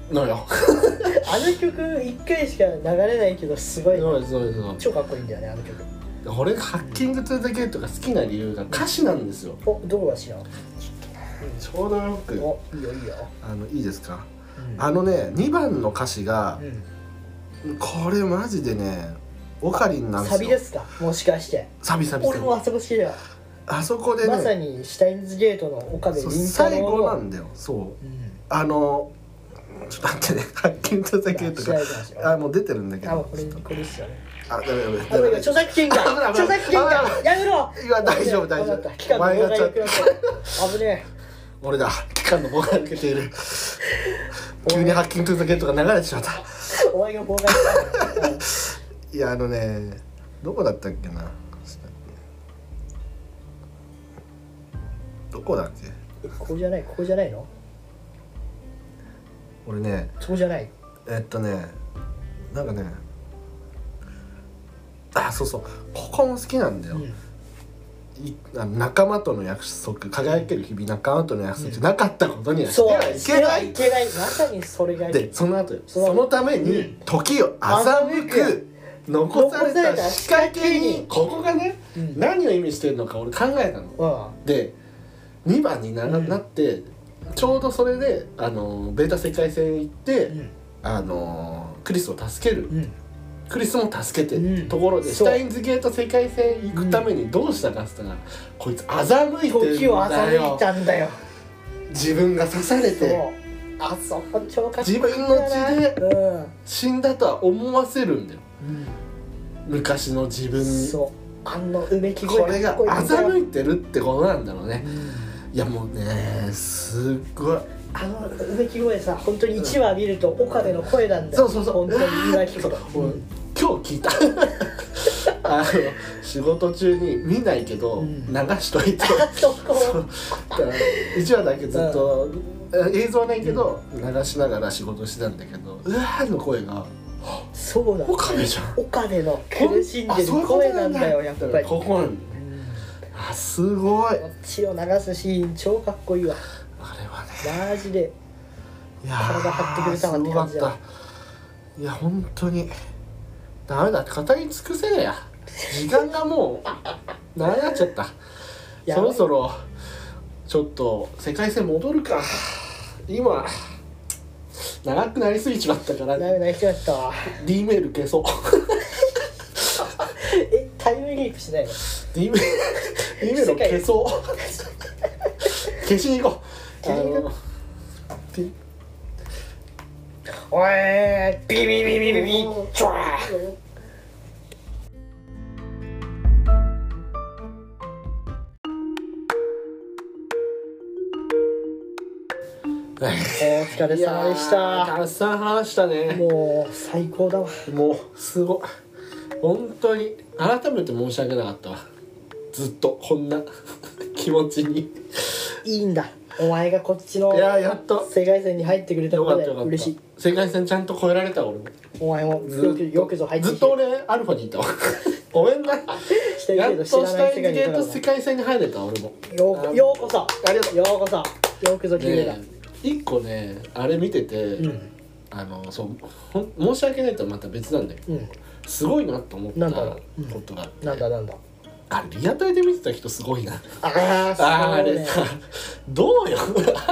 S2: のよ
S1: あの曲一回しか流れないけどすごい
S2: そうそうそう
S1: 超かっこいいんだよねあの曲
S2: 俺ハッキング・トゥ・ザ・ゲートが好きな理由が歌詞なんですよ
S1: おどこが知らん
S2: ちょうどよく
S1: おいいよいいよ、
S2: あのいいですか
S1: うん
S2: あのね2番の歌詞が
S1: うん
S2: これマジでねオカリンなんです
S1: サ
S2: よ
S1: ビですかもしかして
S2: サビサビサ
S1: 俺
S2: ビ
S1: もあそこ好きだよ、
S2: あそこで
S1: まさ
S2: ね
S1: にシュタインズゲートの岡部
S2: そう
S1: 倫太
S2: 最
S1: 郎
S2: 後な
S1: の
S2: んだよそう
S1: うん
S2: あのちょっと待ってねハッキング・トゥ・ザ・ゲート
S1: あ調べてますよ
S2: があもう出てるんだけ
S1: あもう
S2: ど
S1: これこれっすよね
S2: あダメダメ
S1: あ
S2: ダ
S1: の
S2: メ
S1: 今著作権が
S2: (laughs) 危ない危ない
S1: 著作権が
S2: 危
S1: やめろ
S2: いや大丈夫大丈夫
S1: 危ない危ない期間の妨害を食らった危ね
S2: 俺だ期間の妨害を受けている (laughs) 急にハッキング・トゥ・ザ・ゲートが流れてしまった
S1: えお前が妨害したうん
S2: いやあのねどこだったっけなどこだっけ
S1: え (laughs) ここじゃないここじゃないの
S2: 俺ね
S1: そこじゃない
S2: えっとねなんかねあそうそうここも好きなんだよ、
S1: うん
S2: いあの仲間との約束輝ける日々仲間との約束、なかったことにはして
S1: そう
S2: はいけない
S1: けないまさにそれが
S2: でその後よ
S1: その
S2: そのため
S1: う
S2: に
S1: ん
S2: 時を欺く残された仕掛けにここがね、
S1: うん
S2: 何を意味してるのか俺考えたの。
S1: うん
S2: で2番にな,、
S1: うん
S2: なってちょうどそれであのベータ世界線行って、
S1: うん
S2: あのクリスを助ける、
S1: うん
S2: クリスも助けて、
S1: うん
S2: ところで
S1: そう
S2: シュタインズゲート世界戦行くためにどうしたかっつったら、こいつ欺いてるんだよ
S1: 時を欺いたんだよ
S2: 自分が刺され
S1: そう
S2: て
S1: あそこ超かっこいい
S2: 自分の血で
S1: うん
S2: 死んだとは思わせるんだよ昔の自分に
S1: そうあのうめき声
S2: これが
S1: かっこいい
S2: 欺いてるってことなんだろうね
S1: うん
S2: いやもうねすっごい
S1: あのうめき声さ本当に1話見ると岡部の声なんだよ、
S2: そうそうそう
S1: 本当にうなき
S2: そ
S1: 声
S2: う今日聞いた
S1: (laughs)
S2: あの仕事中に見ないけど、
S1: うん
S2: 流しといて
S1: あそ
S2: そ
S1: こ
S2: うだから1話だけずっと、映像はないけど、流しながら仕事してたんだけど「うわー」の声が
S1: そう
S2: 「
S1: だ
S2: おかめじゃん」
S1: 岡部の苦しんでる声なんだよやっぱり
S2: ここなんだあすごいあれ
S1: 血を流すシーン超かっこいいわ
S2: はね
S1: マジで
S2: いや
S1: 体張ってくれたわって感じだ
S2: すごかったいや本当にダメだ語り尽くせねえや時間がもう長くなっちゃった
S1: や
S2: そ
S1: ば
S2: ろ
S1: い
S2: そろちょっと世界戦戻るか今長くなりすぎちまったから
S1: ダメな人やったわ
S2: D メール消そう (laughs)
S1: えタイムリープしないの
S2: D メール D メールを消そう消しに行こう
S1: 消しに行こう
S2: あのピ
S1: おいビビビビビビチュワーお疲れ
S2: いや
S1: 様でし
S2: ー
S1: た
S2: たくさん話したね
S1: もう最高だわ
S2: もうすごい本当に改めて申し訳なかったわずっとこんな (laughs) 気持ちに
S1: いいんだお前がこっちの
S2: いやーやっと
S1: 世界線に入ってくれた
S2: よか
S1: こ
S2: っ
S1: とで
S2: たよかった
S1: 嬉しい
S2: 世界線ちゃんと超えられた俺も
S1: お前も
S2: ず
S1: よ
S2: っと
S1: くよくぞ入って
S2: ず
S1: き
S2: ってと俺アルファにい
S1: (laughs)
S2: たわごめんな
S1: してる
S2: や
S1: け
S2: っ
S1: ど
S2: と
S1: 知
S2: シ
S1: らな
S2: ュ
S1: い
S2: タ
S1: 世
S2: インズ
S1: 界にい
S2: ゲ
S1: たか
S2: ート
S1: らな
S2: 世界線に入れた俺も
S1: ようこようこそ
S2: ありがと
S1: ようこそよくぞ決めた、
S2: ねえ一個ねあれ見てて、
S1: うん
S2: あのそうほん申し訳ないとはまた別なんだけど
S1: うん
S2: すごいなと思った
S1: なんだろううん
S2: ことがあって
S1: なんだなんだ
S2: あれリアタイで見てた人すごいな
S1: あーそう
S2: あーあれ
S1: ね
S2: さどうよ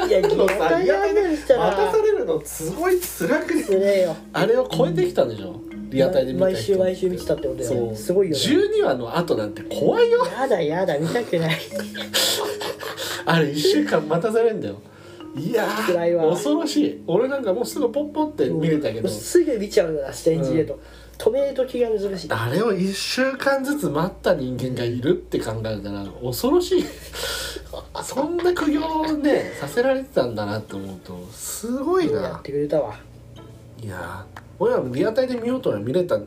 S1: いや
S2: のさ
S1: 疑われる人は
S2: 待たされるのすごい辛く
S1: す
S2: て
S1: げえよ
S2: あれを超えてきたんでしょリアタイで見た人
S1: 毎週毎週見てたってことだよね
S2: そう
S1: すごいよね
S2: 12話の後なんて怖いよ
S1: やだやだ見たくない
S2: あれ1週間待たされるんだよいやー
S1: 辛いわ
S2: 恐ろしい俺なんかもうすぐポッポって見れたけど、
S1: すぐ見ちゃうなステンジゲート、止める時が難しい
S2: あれを1週間ずつ待った人間がいるって考えたら恐ろしいそんな苦行をねさせられてたんだなって思うとすごい
S1: やっ
S2: な
S1: てくれたわ
S2: いやー俺らもリアタイで見ようとは見れたね、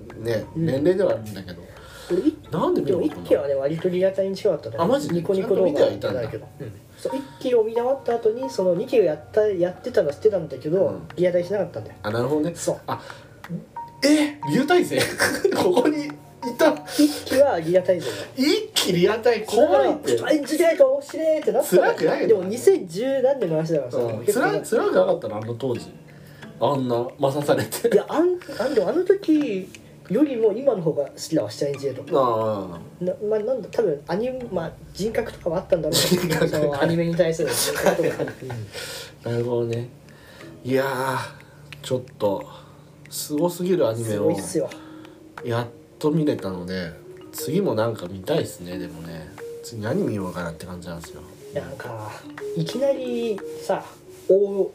S1: うん
S2: 年齢ではあるんだけど
S1: 俺一
S2: なんで見
S1: で
S2: よ
S1: も
S2: う
S1: 一
S2: と
S1: 期はね割とリアタイに近かったね
S2: あマジで
S1: ニコニコ動画
S2: ちゃんと見てはいたんだ
S1: けど、うん、そう一期を見終わった後にその二期をやったやってたのは知ってたんだけど、
S2: うん
S1: リアタイしなかったんだよ
S2: あなるほどね
S1: そう
S2: あえ竜
S1: (laughs)
S2: 大生ここにいた
S1: 一期はリアタイ勢だよ
S2: 一気リアタイ怖いって
S1: あ時代が面白いってなったの
S2: 辛くないの
S1: でも2010何年の話だからさ、
S2: うん
S1: 結構
S2: 辛辛くなかったのあの当時あんなまさされて
S1: (laughs) いやあんあんでもあの時よりも今の方が好きだわシュタインジェート
S2: ああ
S1: な,、まあ、なんだ多分アニメ、まあ、人格とかはあったんだろう
S2: 人
S1: け
S2: 格
S1: どそのアニメに対する人格とか、
S2: なるほどねいやーちょっとすごすぎるア
S1: う
S2: ニ
S1: ん、
S2: メ
S1: すご
S2: を
S1: いっすよ
S2: やっと見れたので次もなんか見たいですねでもね次何見ようかなって感じなんですよ
S1: なんかいきなりさ大大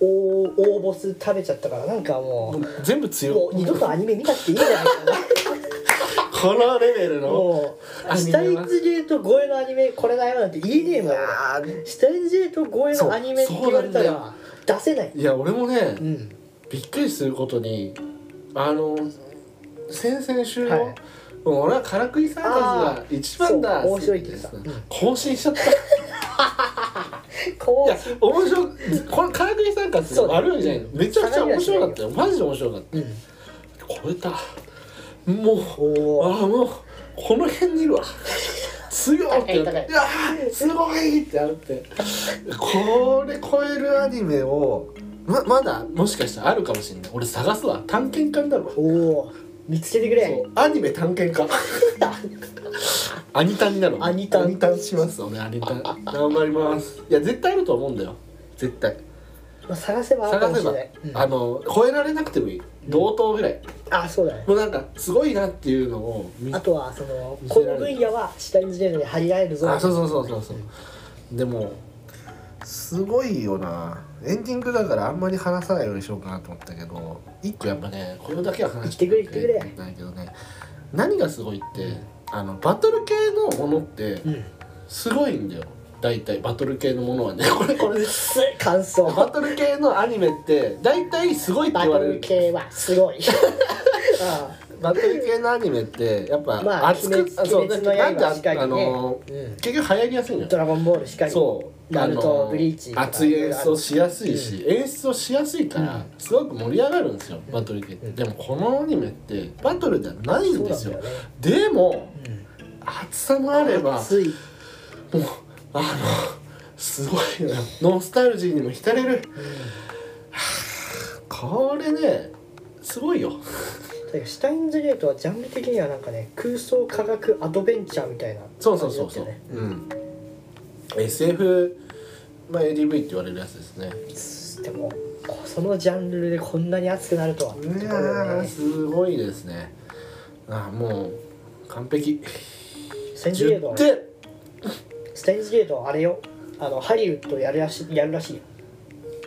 S1: 大ボス食べちゃったからなんか
S2: も
S1: も
S2: う全部強
S1: う
S2: い
S1: もう二度とアニメ見なくていいんじゃないか
S2: このレベル
S1: な
S2: の
S1: も
S2: ア
S1: う
S2: ニ
S1: シ
S2: メ
S1: ュ
S2: は
S1: タインズゲート超えのアニメこれだよなんて言えねえもん俺
S2: あ
S1: シュタインズゲート超えのアニメって言われた
S2: そうそう
S1: ら出せない
S2: いや俺もね
S1: うん
S2: びっくりすることにあの先々週の、
S1: はい
S2: もう俺はからくりサーカスが一番だ
S1: あーそう面白いって言ってた
S2: さ
S1: うん
S2: 更新しちゃった
S1: こ
S2: いうや面白いこれからくり参加って悪いじゃないのめちゃくちゃ面白かったよマジで面白かっ
S1: うん
S2: た超えたもう
S1: おお
S2: ああもうこの辺にいるわ強いってなっ
S1: 高い
S2: て
S1: 高い
S2: いやーすごいってなってこれ超えるアニメをままだもしかしたらあるかもしれない俺探すわ探検家になるわ
S1: おお見つけてくれ
S2: そうアニメ探検家アニタンになる
S1: アニタン
S2: アニタンします俺アニタン頑張りますいや絶対あると思うんだよ絶対
S1: まあ探せばあるか
S2: 探
S1: も
S2: せ
S1: しれ
S2: ば
S1: ない、うん
S2: あの超えられなくてもいい同等ぐらい、
S1: あそうだね
S2: もうなんかすごいなっていうのを見
S1: あとはその
S2: 見
S1: こ
S2: せら
S1: の
S2: れる
S1: 分野は下にずれるに張り合えるぞ
S2: あそうそうそうそうそうでもすごいよなエンディングだからあんまり話さないようにしようかなと思ったけど一個やっぱねこれだけは話して
S1: 言ってくれ言って
S2: ないけどね何がすごいって、あのバトル系のものって
S1: うん
S2: すごいんだよ大体バトル系のものはねこれこ
S1: うっ
S2: れ (laughs)
S1: すい感
S2: バ
S1: 想
S2: トル系のアニメって大体すごいって
S1: バ
S2: 言わ
S1: ト
S2: れ
S1: ル
S2: る
S1: 系はす
S2: (laughs)
S1: ごいあ
S2: バトル系のアニメってやっぱ
S1: まあ
S2: 熱く、
S1: 鬼滅
S2: あそう
S1: 鬼
S2: な
S1: 滅の
S2: んかなん
S1: 刃
S2: で
S1: しかりね
S2: あの、
S1: うん
S2: 結局流行りやすいの
S1: あ
S2: よ
S1: ドラゴンボールしかり
S2: そう
S1: ナルト
S2: あの
S1: ブリーチとか
S2: 熱い演奏しやすいし、演出をしやすいからすごく盛り上がるんですよバトル系って、
S1: うん
S2: でもこのアニメってバトルじゃないん
S1: そう
S2: で
S1: なん
S2: す
S1: だ
S2: よ
S1: よね
S2: でも
S1: うん
S2: 熱さもあれば
S1: 熱い
S2: もうあのすごいなノスタルジーにも浸れる、 (sighs) これねすごいよ
S1: だからシュタインズゲートはジャンル的にはなんかね空想科学アドベンチャーみたいな
S2: そうそうそうそう、
S1: 感じだったよね
S2: うん SF まあ ADV って言われるやつですね
S1: でもこそのジャンルでこんなに熱くなるとはってとこ
S2: い
S1: ろ
S2: や
S1: だよ
S2: ー
S1: ね
S2: すごいですねあーもう完璧
S1: スタインズゲート
S2: 10
S1: は
S2: 点
S1: スタインズゲートはあれよあのハリウッドやるらしいやるらしいよ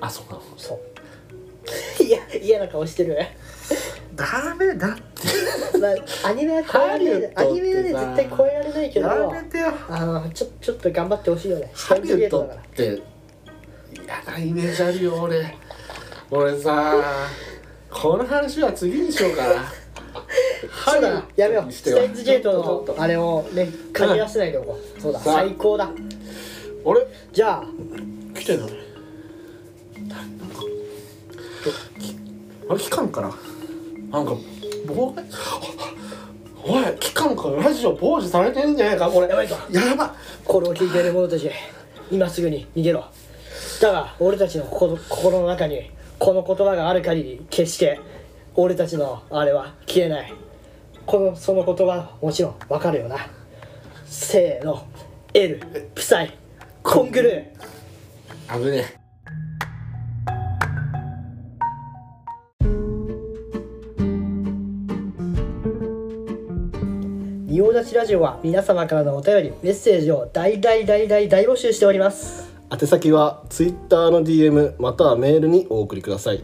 S2: あそうなの
S1: そう (laughs) いや嫌な顔してる
S2: ダメだって
S1: まあ、アニメは超えられない
S2: ハ
S1: ア
S2: リウ
S1: ニ
S2: ッドって
S1: メ
S2: さ
S1: はね絶対超えられないけど
S2: やめてよ
S1: あのちょちょっと頑張ってほしいよねス
S2: ハ
S1: タイン
S2: リ
S1: ズ
S2: ウ
S1: ゲ
S2: ッ
S1: ート
S2: ド
S1: だか
S2: っ
S1: ら
S2: て嫌なイメージあるよ俺俺さこの話は次にしようか (laughs) な
S1: そうだなやめよう
S2: して
S1: ス
S2: よ
S1: タインズゲー
S2: ちょ
S1: ト
S2: っとちょっ
S1: の
S2: と
S1: あれをね限らせないでおこうそうだ
S2: さあ
S1: 最高だ
S2: 俺
S1: じゃあ
S2: 来てないあれ期間かななんか妨害おい期間からラジオ傍受されてるんじゃないかこれ
S1: やばいぞ
S2: やば
S1: これを聞いている者たち今すぐに逃げろだが俺たちの心心の中にこの言葉がある限り決して俺たちのあれは消えないこのその言葉もちろんわかるよなせーの L プサイコングルー
S2: 危ねえ
S1: 仁王立ちラジオは皆様からのお便りメッセージを大大大大大募集しております
S3: 宛先は Twitter の DM またはメールにお送りください、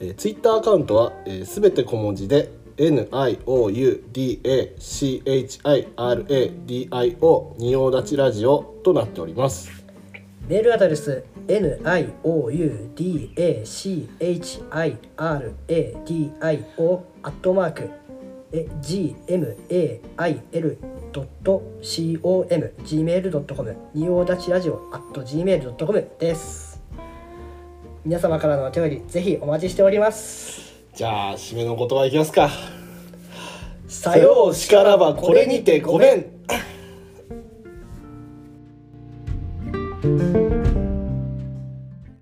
S3: えー、Twitter アカウントはすべ、全て小文字で NIOUDACHIRADIO 仁王立ちラジオとなっております
S1: メールアドレス NIOUDACHIRADIO アットマーク GMAIL.com gmail.com におだちラジオ at gmail.com です皆様からのお便りぜひお待ちしております
S3: じゃあ締めの言葉いきますか
S1: さ
S3: さ
S1: よ
S3: よ
S1: う
S3: う
S1: し
S3: し
S1: か
S3: からら
S1: ば
S3: ば
S1: こ
S3: こ
S1: れ
S3: れ
S1: に
S3: に
S1: て
S3: て
S1: ご
S3: ご
S1: め
S3: め
S1: ん
S3: ん